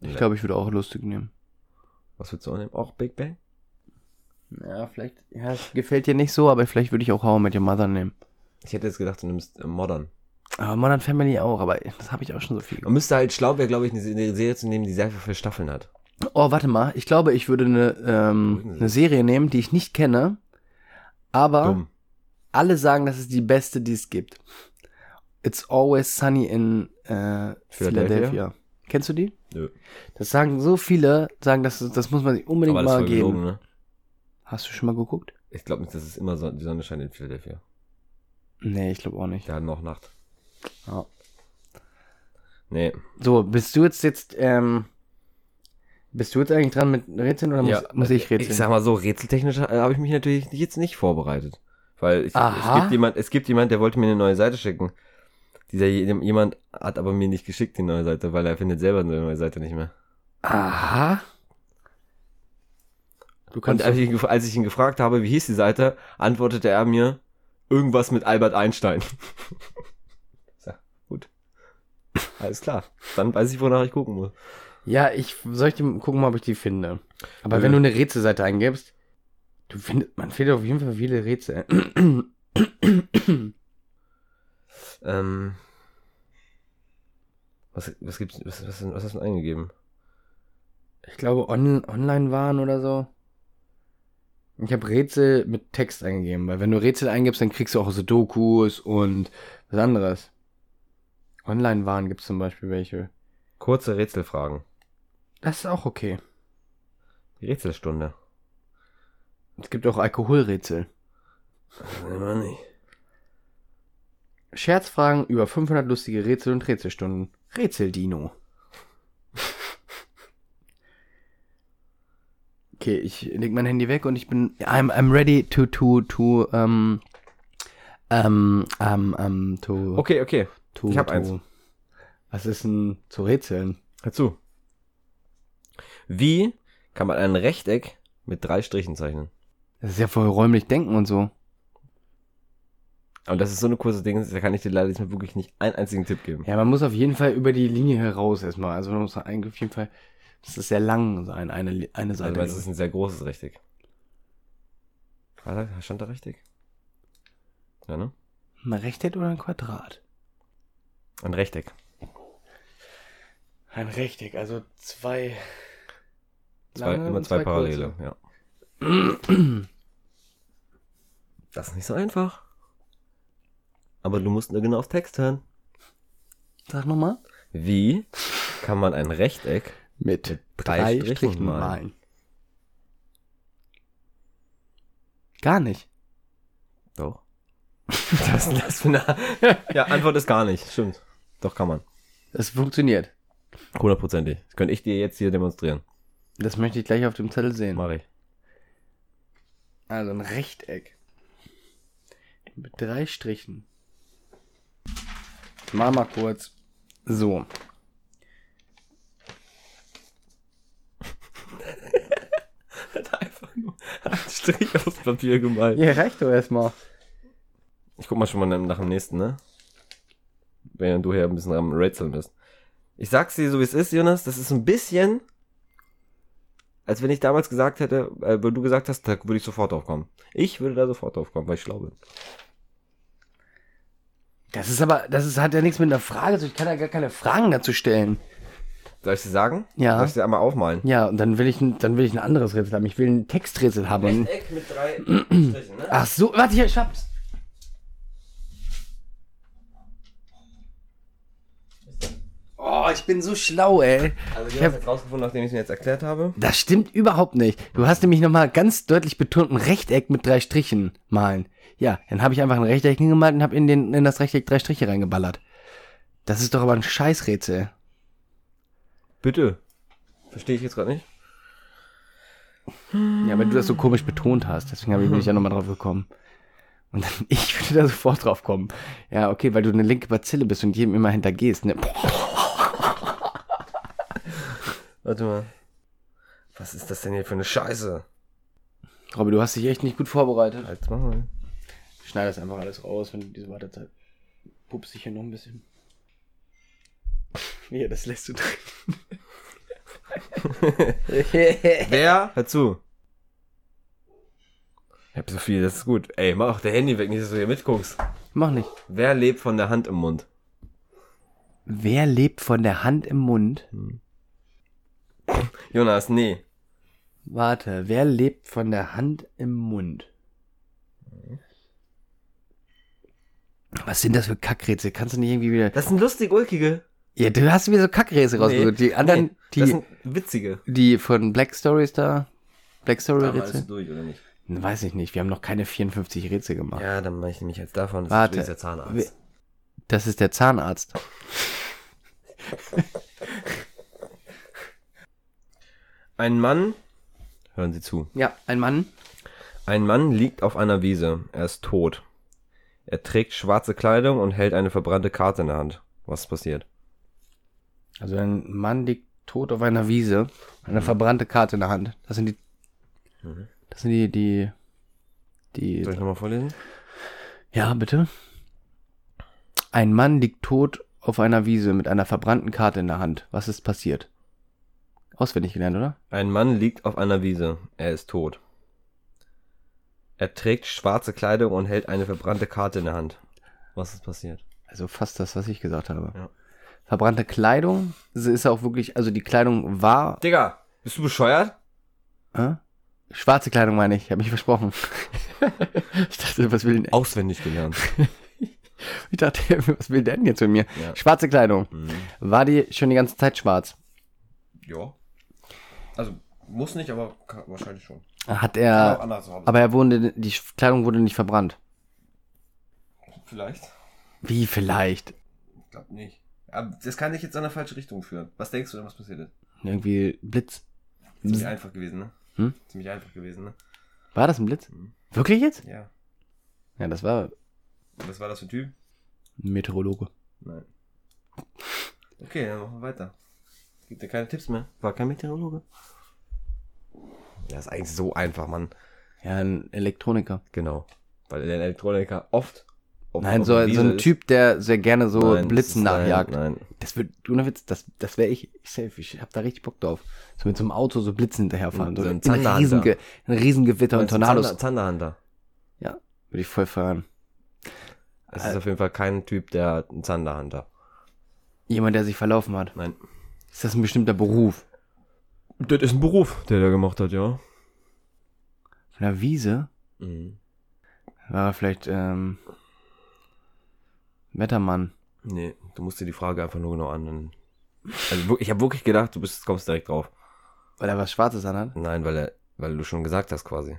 Ich glaube, ich würde auch lustig nehmen. Was würdest du auch nehmen? Auch Big Bang? Ja, vielleicht. Ja, es gefällt dir nicht so, aber vielleicht würde ich auch How mit Your Mother nehmen. Ich hätte jetzt gedacht, du nimmst äh, Modern. Aber Modern Family auch, aber das habe ich auch schon so viel. Man müsste halt schlau wäre, glaube ich, eine Se- eine Serie zu nehmen, die sehr viele Staffeln hat. Oh, warte mal. Ich glaube, ich würde eine, ähm, eine Serie nehmen, die ich nicht kenne, Aber Dumm. alle sagen, das ist die beste, die es gibt. It's always sunny in äh, Philadelphia. Kennst du die? Nö. Das sagen so viele, sagen, das, das muss man sich unbedingt Aber das mal war geben. gelogen, ne? Hast du schon mal geguckt? Ich glaube nicht, dass es immer so, die Sonne scheint in Philadelphia. Nee, ich glaube auch nicht. Ja, noch Nacht. Ja. Nee. So, bist du jetzt jetzt, ähm, bist du jetzt eigentlich dran mit Rätseln oder muss, muss ich rätseln? äh, Ich sag mal so, rätseltechnisch äh, habe ich mich natürlich jetzt nicht vorbereitet. Weil ich, es, Aha. gibt jemand, es gibt jemand, der wollte mir eine neue Seite schicken. Dieser je- jemand hat aber mir nicht geschickt, die neue Seite, weil er findet selber eine neue Seite nicht mehr. Aha. also Du Und kannst als ich, ihn gef- als ich ihn gefragt habe, wie hieß die Seite, antwortete er mir irgendwas mit Albert Einstein. *laughs* Sag, gut. Alles klar. Dann weiß ich, wonach ich gucken muss. Ja, ich soll ich die, gucken mal, ob ich die finde. Aber Äh. wenn du eine Rätselseite eingibst, du findest, man findet auf jeden Fall viele Rätsel. Ähm, was, was gibt's, was, was, was hast du denn eingegeben? Ich glaube on, online waren oder so. Ich habe Rätsel mit Text eingegeben, weil wenn du Rätsel eingibst, dann kriegst du auch Sudokus und was anderes. Online waren gibt's zum Beispiel welche. Kurze Rätselfragen. Das ist auch okay. Die Rätselstunde. Es gibt auch Alkoholrätsel. Immer nicht. Scherzfragen über 500 lustige Rätsel und Rätselstunden. Rätseldino. Okay, ich leg mein Handy weg und ich bin. I'm, I'm ready to to to ähm ähm ähm ähm to Okay, okay. to. ich hab to. eins. Was ist denn zu Rätseln? Hör zu. Wie kann man ein Rechteck mit drei Strichen zeichnen? Das ist ja voll räumlich denken und so. Und das ist so eine kurze Ding, da kann ich dir leider diesmal wirklich nicht einen einzigen Tipp geben. Ja, man muss auf jeden Fall über die Linie heraus erstmal. Also man muss eigentlich auf jeden Fall. Das ist sehr lang sein, eine, Li- eine also, Seite. weil es ist ein sehr großes Rechteck. War da, stand da Rechteck? Ja, ne? ein Rechteck oder ein Quadrat? Ein Rechteck. Ein Rechteck, also zwei. Zwei, lange immer und zwei, kurze. Parallele, ja. Das ist nicht so einfach. Aber du musst nur genau auf Text hören. *clears throat* Sag nochmal. Wie kann man ein Rechteck Mit drei Strichen malen. Gar nicht. Doch. *laughs* das, das für eine, ja, Antwort ist gar nicht. Stimmt. Doch kann man. Es funktioniert. Hundertprozentig. Das könnte ich dir jetzt hier demonstrieren. Das möchte ich gleich auf dem Zettel sehen. Mach ich. Also ein Rechteck. Mit drei Strichen. Ich Mach mal kurz. So. Hat *laughs* einfach nur einen Strich aufs Papier gemalt. Ja, reicht doch erstmal. Ich guck mal schon mal nach- nach dem nächsten, ne? Während du hier ein bisschen am Rätseln bist. Ich sag's dir so, wie es ist, Jonas. Das ist ein bisschen, als wenn ich damals gesagt hätte, äh, wo du gesagt hast, da würde ich sofort drauf kommen. Ich würde da sofort drauf kommen, weil ich schlau bin. Das ist aber, das ist, hat ja nichts mit einer Frage zu. Ich kann ja gar keine Fragen dazu stellen. Soll ich dir sagen? Ja. Soll ich dir einmal aufmalen? Ja, und dann will ich, ein- dann will ich ein anderes Rätsel haben. Ich will ein Texträtsel haben. und- Rechteck mit drei *clears throat* Strichen, ne? Ach so, warte hier, ich hab's. Oh, ich bin so schlau, ey. Also Ich Jonas hab- hat jetzt rausgefunden, nachdem ich es mir jetzt erklärt habe. Das stimmt überhaupt nicht. Du hast nämlich nochmal ganz deutlich betont, ein Rechteck mit drei Strichen malen. Ja, dann habe ich einfach ein Rechteck hingemalt und habe in, den- in das Rechteck drei Striche reingeballert. Das ist doch aber ein Scheißrätsel. Bitte. Verstehe ich jetzt gerade nicht. Ja, weil du das so komisch betont hast. Deswegen hab ich- bin ich ja nochmal drauf gekommen. Und dann, *laughs* ich würde da sofort drauf kommen. Ja, okay, weil du eine linke Bazille bist und jedem immer hintergehst. Ne? Warte mal. Was ist das denn hier für eine Scheiße? Robby, du hast dich echt nicht gut vorbereitet. Halt's *laughs* mal. Schneide das einfach alles raus, wenn du diese Wartezeit. Pups ich hier noch ein bisschen. Ja, das lässt du drin. Wer? Hör zu. Ich hab so viel, das ist gut. Ey, mach auch der Handy weg, nicht, dass du hier mitguckst. Mach nicht. Wer lebt von der Hand im Mund? Wer lebt von der Hand im Mund? Jonas, nee. Warte, wer lebt von der Hand im Mund? Was sind das für Kackrätsel? Kannst du nicht irgendwie wieder. Das sind lustig ulkige. Ja, du hast wieder so Kackrätsel rausgesucht. Die anderen, nee, die, das sind witzige. die von Black Stories da. Black Story Damals Rätsel? durch, oder nicht? Weiß ich nicht. Wir haben noch keine 54 Rätsel gemacht. Ja, dann mache ich nämlich jetzt davon, das Warte. ist der Zahnarzt. Das ist der Zahnarzt. Ein Mann, hören Sie zu, Ja, ein Mann. ein Mann liegt auf einer Wiese. Er ist tot. Er trägt schwarze Kleidung und hält eine verbrannte Karte in der Hand. Was ist passiert? Also ein Mann liegt tot auf einer Wiese, Mhm. eine verbrannte Karte in der Hand. Das sind die. Das sind die, die. Soll Die. ich nochmal vorlesen? Ja, bitte. Ein Mann liegt tot auf einer Wiese mit einer verbrannten Karte in der Hand. Was ist passiert? Auswendig gelernt, oder? Ein Mann liegt auf einer Wiese. Er ist tot. Er trägt schwarze Kleidung und hält eine verbrannte Karte in der Hand. Was ist passiert? Also fast das, was ich gesagt habe. Ja. Verbrannte Kleidung sie ist auch wirklich, also die Kleidung war. Digga, bist du bescheuert? Hä? Schwarze Kleidung meine ich, habe ich *laughs* versprochen. ich dachte, was will denn Auswendig gelernt. Ich dachte, was will der denn jetzt mit mir? *laughs* Ja. Schwarze Kleidung. Mhm. War die schon die ganze Zeit schwarz? Ja. Also, muss nicht, aber wahrscheinlich schon. Hat Äh, er. anders haben. Aber er wurde, die Sch- Kleidung wurde nicht verbrannt. Vielleicht. Wie vielleicht? Ich glaube nicht. Aber das kann dich jetzt in eine falsche Richtung führen. Was denkst du denn, was passiert ist? Irgendwie Blitz. Ziemlich einfach gewesen, ne? Hm? Ziemlich einfach gewesen, ne? War das ein Blitz? Mhm. Wirklich jetzt? Ja. Ja, das war Und Was war das für ein Typ? ein Meteorologe. Nein. Okay, dann machen wir weiter. Gibt dir keine Tipps mehr. War kein Meteorologe. Das ist eigentlich so einfach, Mann. Ja, ein Elektroniker. Genau. Weil der Elektroniker oft. auf- Nein, auf so, der so Wiese ein ist. Typ, der sehr gerne so Nein, Blitzen das ist- nachjagt. Nein, nein. Das wird, ohne Witz, das, das wäre ich, ich safe, ich hab da richtig Bock drauf. So mit so einem Auto so Blitzen hinterherfahren. Mhm, So So ein ein, Zanderhunter. Riesenge, ein Riesengewitter und Meinst du Tornados. Zander- Zanderhunter. Ja, würde ich voll feiern. Es ist auf jeden Fall kein Typ, der ein Zanderhunter. Jemand, der sich verlaufen hat. Nein. Ist das ein bestimmter Beruf? Das ist ein Beruf, der der gemacht hat, ja. Von der Wiese Mhm. war er vielleicht ähm, Wettermann. Nee, du musst dir die Frage einfach nur genau anhören. Also wir- ich habe wirklich gedacht, du bist, kommst direkt drauf. Weil er was Schwarzes anhat. Nein, weil, er, weil du schon gesagt hast quasi.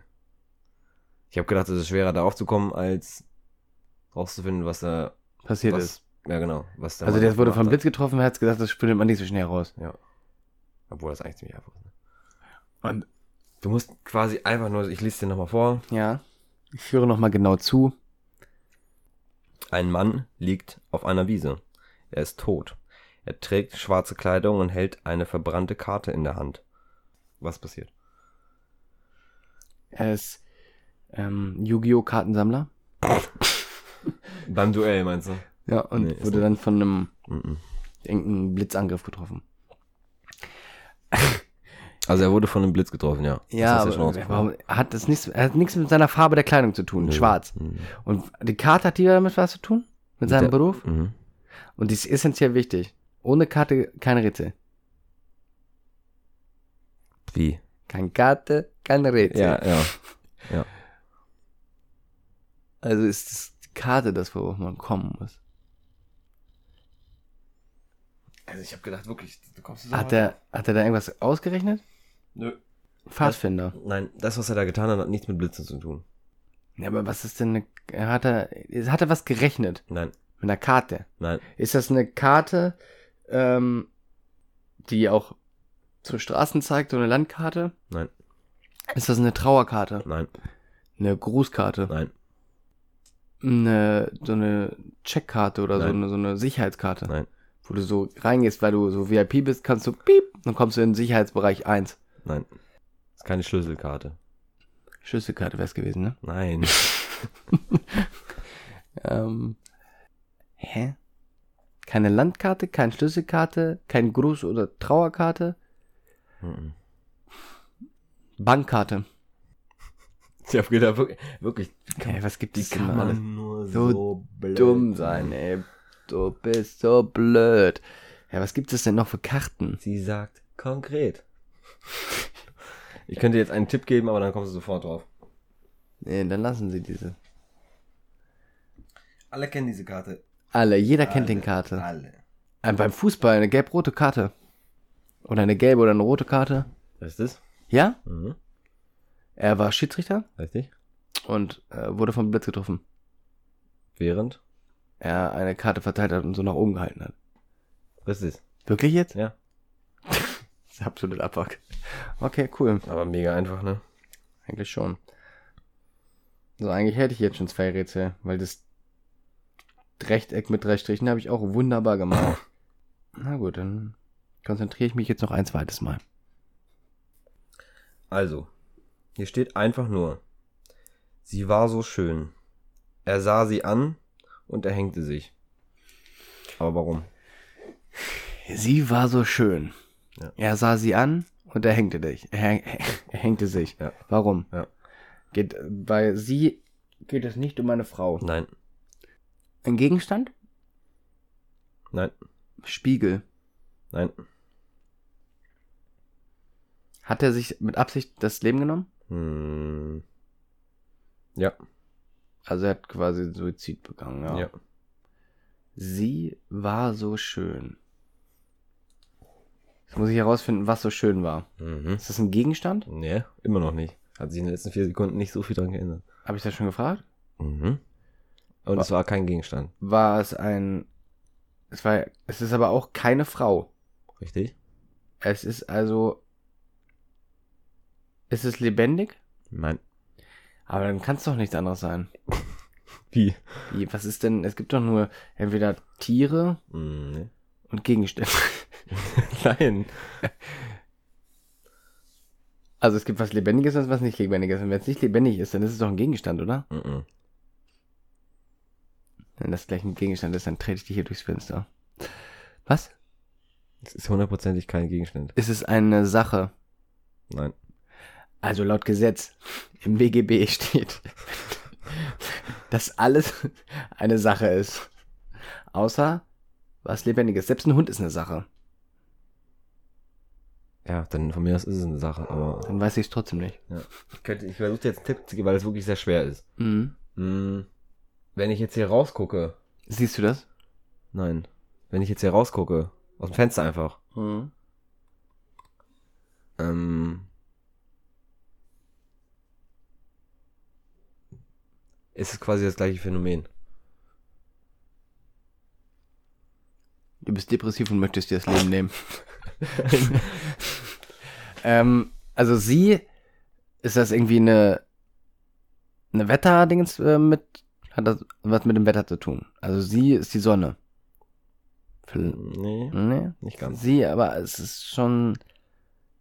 Ich habe gedacht, es ist schwerer darauf zu kommen, als rauszufinden, was da. Passiert was, ist. Ja, genau. Was der also Mann der wurde gemacht vom Blitz getroffen, er hat gesagt, das findet man nicht so schnell raus. Hat, obwohl das eigentlich ziemlich einfach ist. ne? Und- Du musst quasi einfach nur, ich lese dir nochmal vor. Ja. Ich höre nochmal genau zu. Ein Mann liegt auf einer Wiese. Er ist tot. Er trägt schwarze Kleidung und hält eine verbrannte Karte in der Hand. Was passiert? Er ist ähm, Yu-Gi-Oh! Kartensammler. Beim Duell meinst du? Ja, und Nee, ist wurde nicht. dann von einem Mhm. irgendeinem Blitzangriff getroffen. Also er wurde von einem Blitz getroffen, ja. Ja, das hast du aber ja schon warum, hat das nichts, er hat nichts mit seiner Farbe der Kleidung zu tun, Nö. schwarz. Mhm. Und die Karte hat die damit was zu tun? Mit seinem der- Beruf? Mhm. Und die ist essentiell wichtig. Ohne Karte kein Rätsel. Wie? Kein Karte, kein Rätsel. Ja, ja. Also ist es die Karte das, worauf man kommen muss. Also ich habe gedacht, wirklich, du kommst so Hat er, hat er da irgendwas ausgerechnet? Nö. Pfadfinder. Nein, das, was er da getan hat, hat nichts mit Blitzen zu tun. Ja, aber was ist denn eine, hat er, hat er was gerechnet? Nein, Mit einer Karte? nein. Ist das eine Karte, ähm, die auch zu Straßen zeigt, so eine Landkarte? Nein. Ist das eine Trauerkarte? Nein, Eine Grußkarte? nein, Eine, so eine Checkkarte oder so Nein. eine, so eine Sicherheitskarte? Nein. Wo du so reingehst, weil du so VIP bist, kannst du piep, dann kommst du in den Sicherheitsbereich 1. nein. ist keine Schlüsselkarte. Schlüsselkarte wär's gewesen, ne? Nein. Ähm, hä? Keine Landkarte, keine Schlüsselkarte, kein Gruß- oder Trauerkarte, Mhm. Bankkarte. ich habe gedacht, wirklich, wirklich Hä, was gibt die es denn kann da alles? man nur so so, blöd dumm sein, ey. Du bist so blöd. Ja, was gibt es denn noch für Karten? Sie sagt konkret. Ich könnte jetzt einen Tipp geben, aber dann kommst du sofort drauf. Nee, dann lassen sie diese. Alle kennen diese Karte. Alle, jeder kennt Alle, den Karte. Alle. Äh, beim Fußball eine gelb-rote Karte. Oder eine gelbe oder eine rote Karte. Was ist das? Ja, Mhm. er war Schiedsrichter Richtig. und äh, wurde vom Blitz getroffen. Während. Er eine Karte verteilt hat und so nach oben gehalten hat. Was ist Wirklich jetzt? Ja. *laughs* Das ist absolut Abfuck. Okay, cool. Aber mega einfach, ne? Eigentlich schon. So, eigentlich hätte ich jetzt schon zwei Rätsel, weil das Rechteck mit drei Strichen habe ich auch wunderbar gemacht. *coughs* Na gut, dann konzentriere ich mich jetzt noch ein zweites Mal. Also, hier steht einfach nur. Sie war so schön. Er sah sie an und er hängte sich. Aber warum? Sie war so schön. Ja. Er sah sie an und er hängte dich. Er, häng- *laughs* er hängte sich. Ja. Warum? Ja. Geht, bei sie geht es nicht um eine Frau. Nein, Ein Gegenstand? nein, Spiegel. nein, Hat er sich mit Absicht das Leben genommen? hm, ja, Also er hat quasi Suizid begangen. ja, ja, Sie war so schön. Jetzt muss ich herausfinden, was so schön war. mhm. Ist das ein Gegenstand? nee, immer noch nicht. Hat sich in den letzten vier Sekunden nicht so viel dran geändert. Habe ich das schon gefragt? Mhm. Und es war kein Gegenstand, War es ein. Es war. Es ist aber auch keine Frau. richtig? Es ist also. Ist es lebendig? Nein. Aber dann kann es doch nichts anderes sein. Wie? Wie, was ist denn? Es gibt doch nur entweder Tiere Hm, nee. und Gegenstände. *laughs* nein. Also es gibt was Lebendiges und was nicht Lebendiges. Und wenn es nicht lebendig ist, dann ist es doch ein Gegenstand, oder? Mhm. Wenn das gleich ein Gegenstand ist, dann trete ich dich hier durchs Fenster. Was? Es ist hundertprozentig kein Gegenstand. Ist es eine Sache? Nein. Also laut Gesetz im BGB *laughs* steht, dass alles eine Sache ist. Außer was Lebendiges. Selbst ein Hund ist eine Sache. Ja, dann von mir aus ist es eine Sache, aber. Dann weiß ich es trotzdem nicht. Ich, könnte- ich versuche jetzt einen Tipp zu geben, weil es wirklich sehr schwer ist. Mhm. Hm, wenn ich jetzt hier rausgucke. Siehst du das? Nein. Wenn ich jetzt hier rausgucke. Aus dem Fenster einfach. Mhm. Ähm, ist es quasi das gleiche Phänomen. Du bist depressiv und möchtest dir das Leben *laughs* nehmen. *laughs* ähm, also sie, ist das irgendwie eine, eine Wetterdingens äh, mit, hat das was mit dem Wetter zu tun? Also sie ist die Sonne. Vielleicht- Nee, Nee. nicht ganz. Sie, aber es ist schon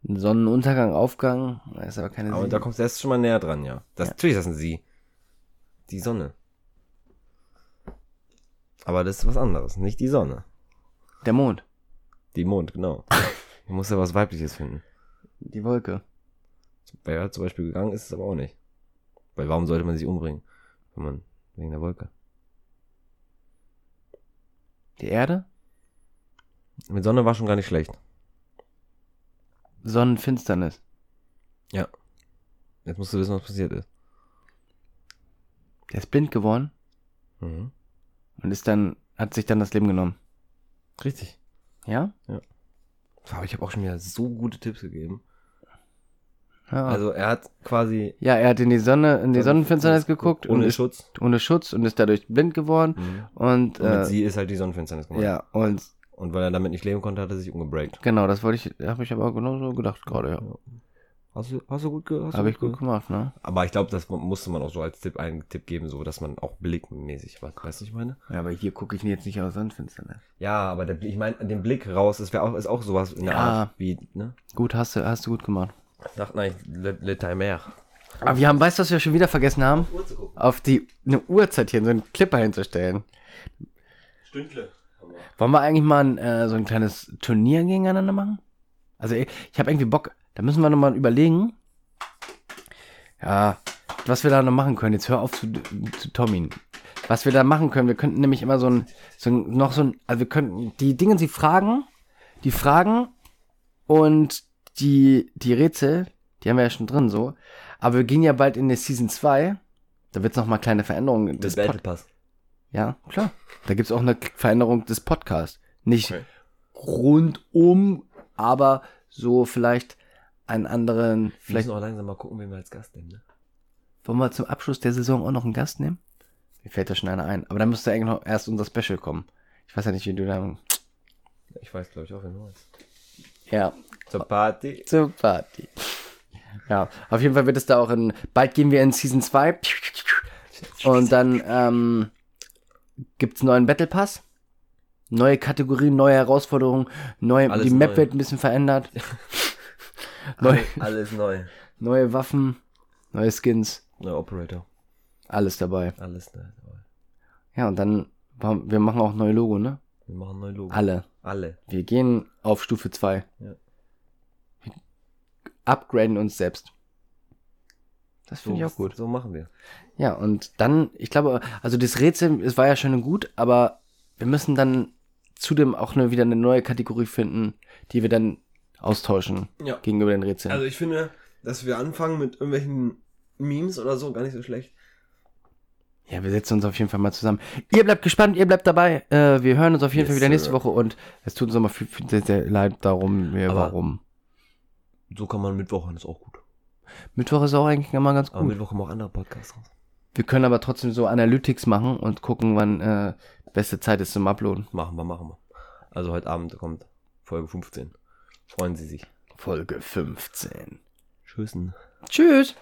ein Sonnenuntergang, Aufgang, ist aber keine Aber sie. da kommst du erst schon mal näher dran, ja. Das, Ja. Natürlich ist das ein Sie. Die Sonne. Aber das ist was anderes, nicht die Sonne. Der Mond, Die Mond, *laughs* genau. Du musst ja was Weibliches finden. die Wolke. Weil er zum Beispiel gegangen ist, ist es aber auch nicht. Weil warum sollte man sich umbringen? Wenn man wegen der Wolke. Die Erde? Mit Sonne war schon gar nicht schlecht. Sonnenfinsternis. Jetzt musst du wissen, was passiert ist. Der ist blind geworden Mhm. und ist dann, hat sich dann das Leben genommen. Richtig. Ja? Aber ich habe auch schon wieder so gute Tipps gegeben. ja. Also er hat quasi Ja, er hat in die Sonne, Ah. in die Sonnenfinsternis geguckt und ohne ist Schutz. ohne Schutz und ist dadurch blind geworden Mhm. und, Und mit äh, sie ist halt die Sonnenfinsternis gemacht. ja und Und weil er damit nicht leben konnte, hat er sich umgebreakt. genau, das wollte ich, habe ich aber genauso gedacht gerade, ja. Hast du, hast du gut gehört? Habe ich gut gemacht, ne? Aber ich glaube, das mu- musste man auch so als Tipp einen Tipp geben, so dass man auch blickmäßig was. Weißt du, was ich meine? Ja, aber hier gucke ich jetzt nicht aus Sonnenfinsternis. Ja, aber der, Blick- ich meine, den Blick raus ist, wär auch, ist auch sowas in der Ja. Art wie, ne? Gut, hast du, hast du gut gemacht. Sagt nein, le, le timer. Aber wir haben, weißt du, was wir schon wieder vergessen haben? Auf die eine Uhrzeit hier, so einen Clipper hinzustellen. Stündle. Wollen wir eigentlich mal ein, äh, so ein kleines Turnier gegeneinander machen? Also ich, ich habe irgendwie Bock, da müssen wir nochmal überlegen. Ja, was wir da noch machen können. Jetzt hör auf zu, zu Tommy. Was wir da machen können, wir könnten nämlich immer so ein, so ein noch so ein, also wir könnten die Dinge, die Fragen, die Fragen und die, die Rätsel, die haben wir ja schon drin so. Aber wir gehen ja bald in die Season 2. Da wird es nochmal kleine Veränderungen. Das des Pod- Battle Pass. Ja, klar. Da gibt's auch eine Veränderung des Podcasts. Nicht Okay. rundum, aber so vielleicht einen anderen, Vielleicht vielleicht noch langsam mal gucken, wen wir als Gast nehmen. Ne? wollen wir zum Abschluss der Saison auch noch einen Gast nehmen? Mir fällt da schon einer ein. Aber dann müsste eigentlich noch erst unser Special kommen. Ich weiß ja nicht, wie du da... Ich weiß, glaube ich, auch, wen du meinst. Ja, Zur Party. zur Party. Ja, auf jeden Fall wird es da auch in... Bald gehen wir in Season 2. Und dann ähm, gibt's einen neuen Battle Pass. Neue Kategorien, neue Herausforderungen. Neue, Alles die Map neu. wird ein bisschen *laughs* verändert. neue, Alles neu. neue Waffen, neue Skins. Neuer Operator. Alles dabei. Alles neu. neu. Ja, und dann, machen- wir machen auch neue Logo, ne? Wir machen ein neues Logo. Alle. Alle. Wir gehen auf Stufe 2. Ja. Wir upgraden uns selbst. Das So, finde ich auch gut. So machen wir. Ja, und dann, ich glaube, also das Rätsel, es war ja schon gut, aber wir müssen dann zudem auch eine, wieder eine neue Kategorie finden, die wir dann austauschen Ja. gegenüber den Rätseln. Also ich finde, dass wir anfangen mit irgendwelchen Memes oder so, gar nicht so schlecht. ja, wir setzen uns auf jeden Fall mal zusammen. Ihr bleibt gespannt, ihr bleibt dabei. Äh, wir hören uns auf jeden Yes, Fall wieder nächste sir. Woche und es tut uns nochmal viel, viel, sehr, sehr leid darum, wir, Aber- warum. So kann man Mittwoch an, ist auch gut. Mittwoch ist auch eigentlich immer ganz Aber gut. Mittwoch kommen auch andere Podcasts raus. Wir können aber trotzdem so Analytics machen und gucken, wann äh, beste Zeit ist zum Uploaden. Machen wir, machen wir. Also heute Abend kommt Folge 15. Freuen Sie sich. Folge 15. Tschüssen. Tschüss.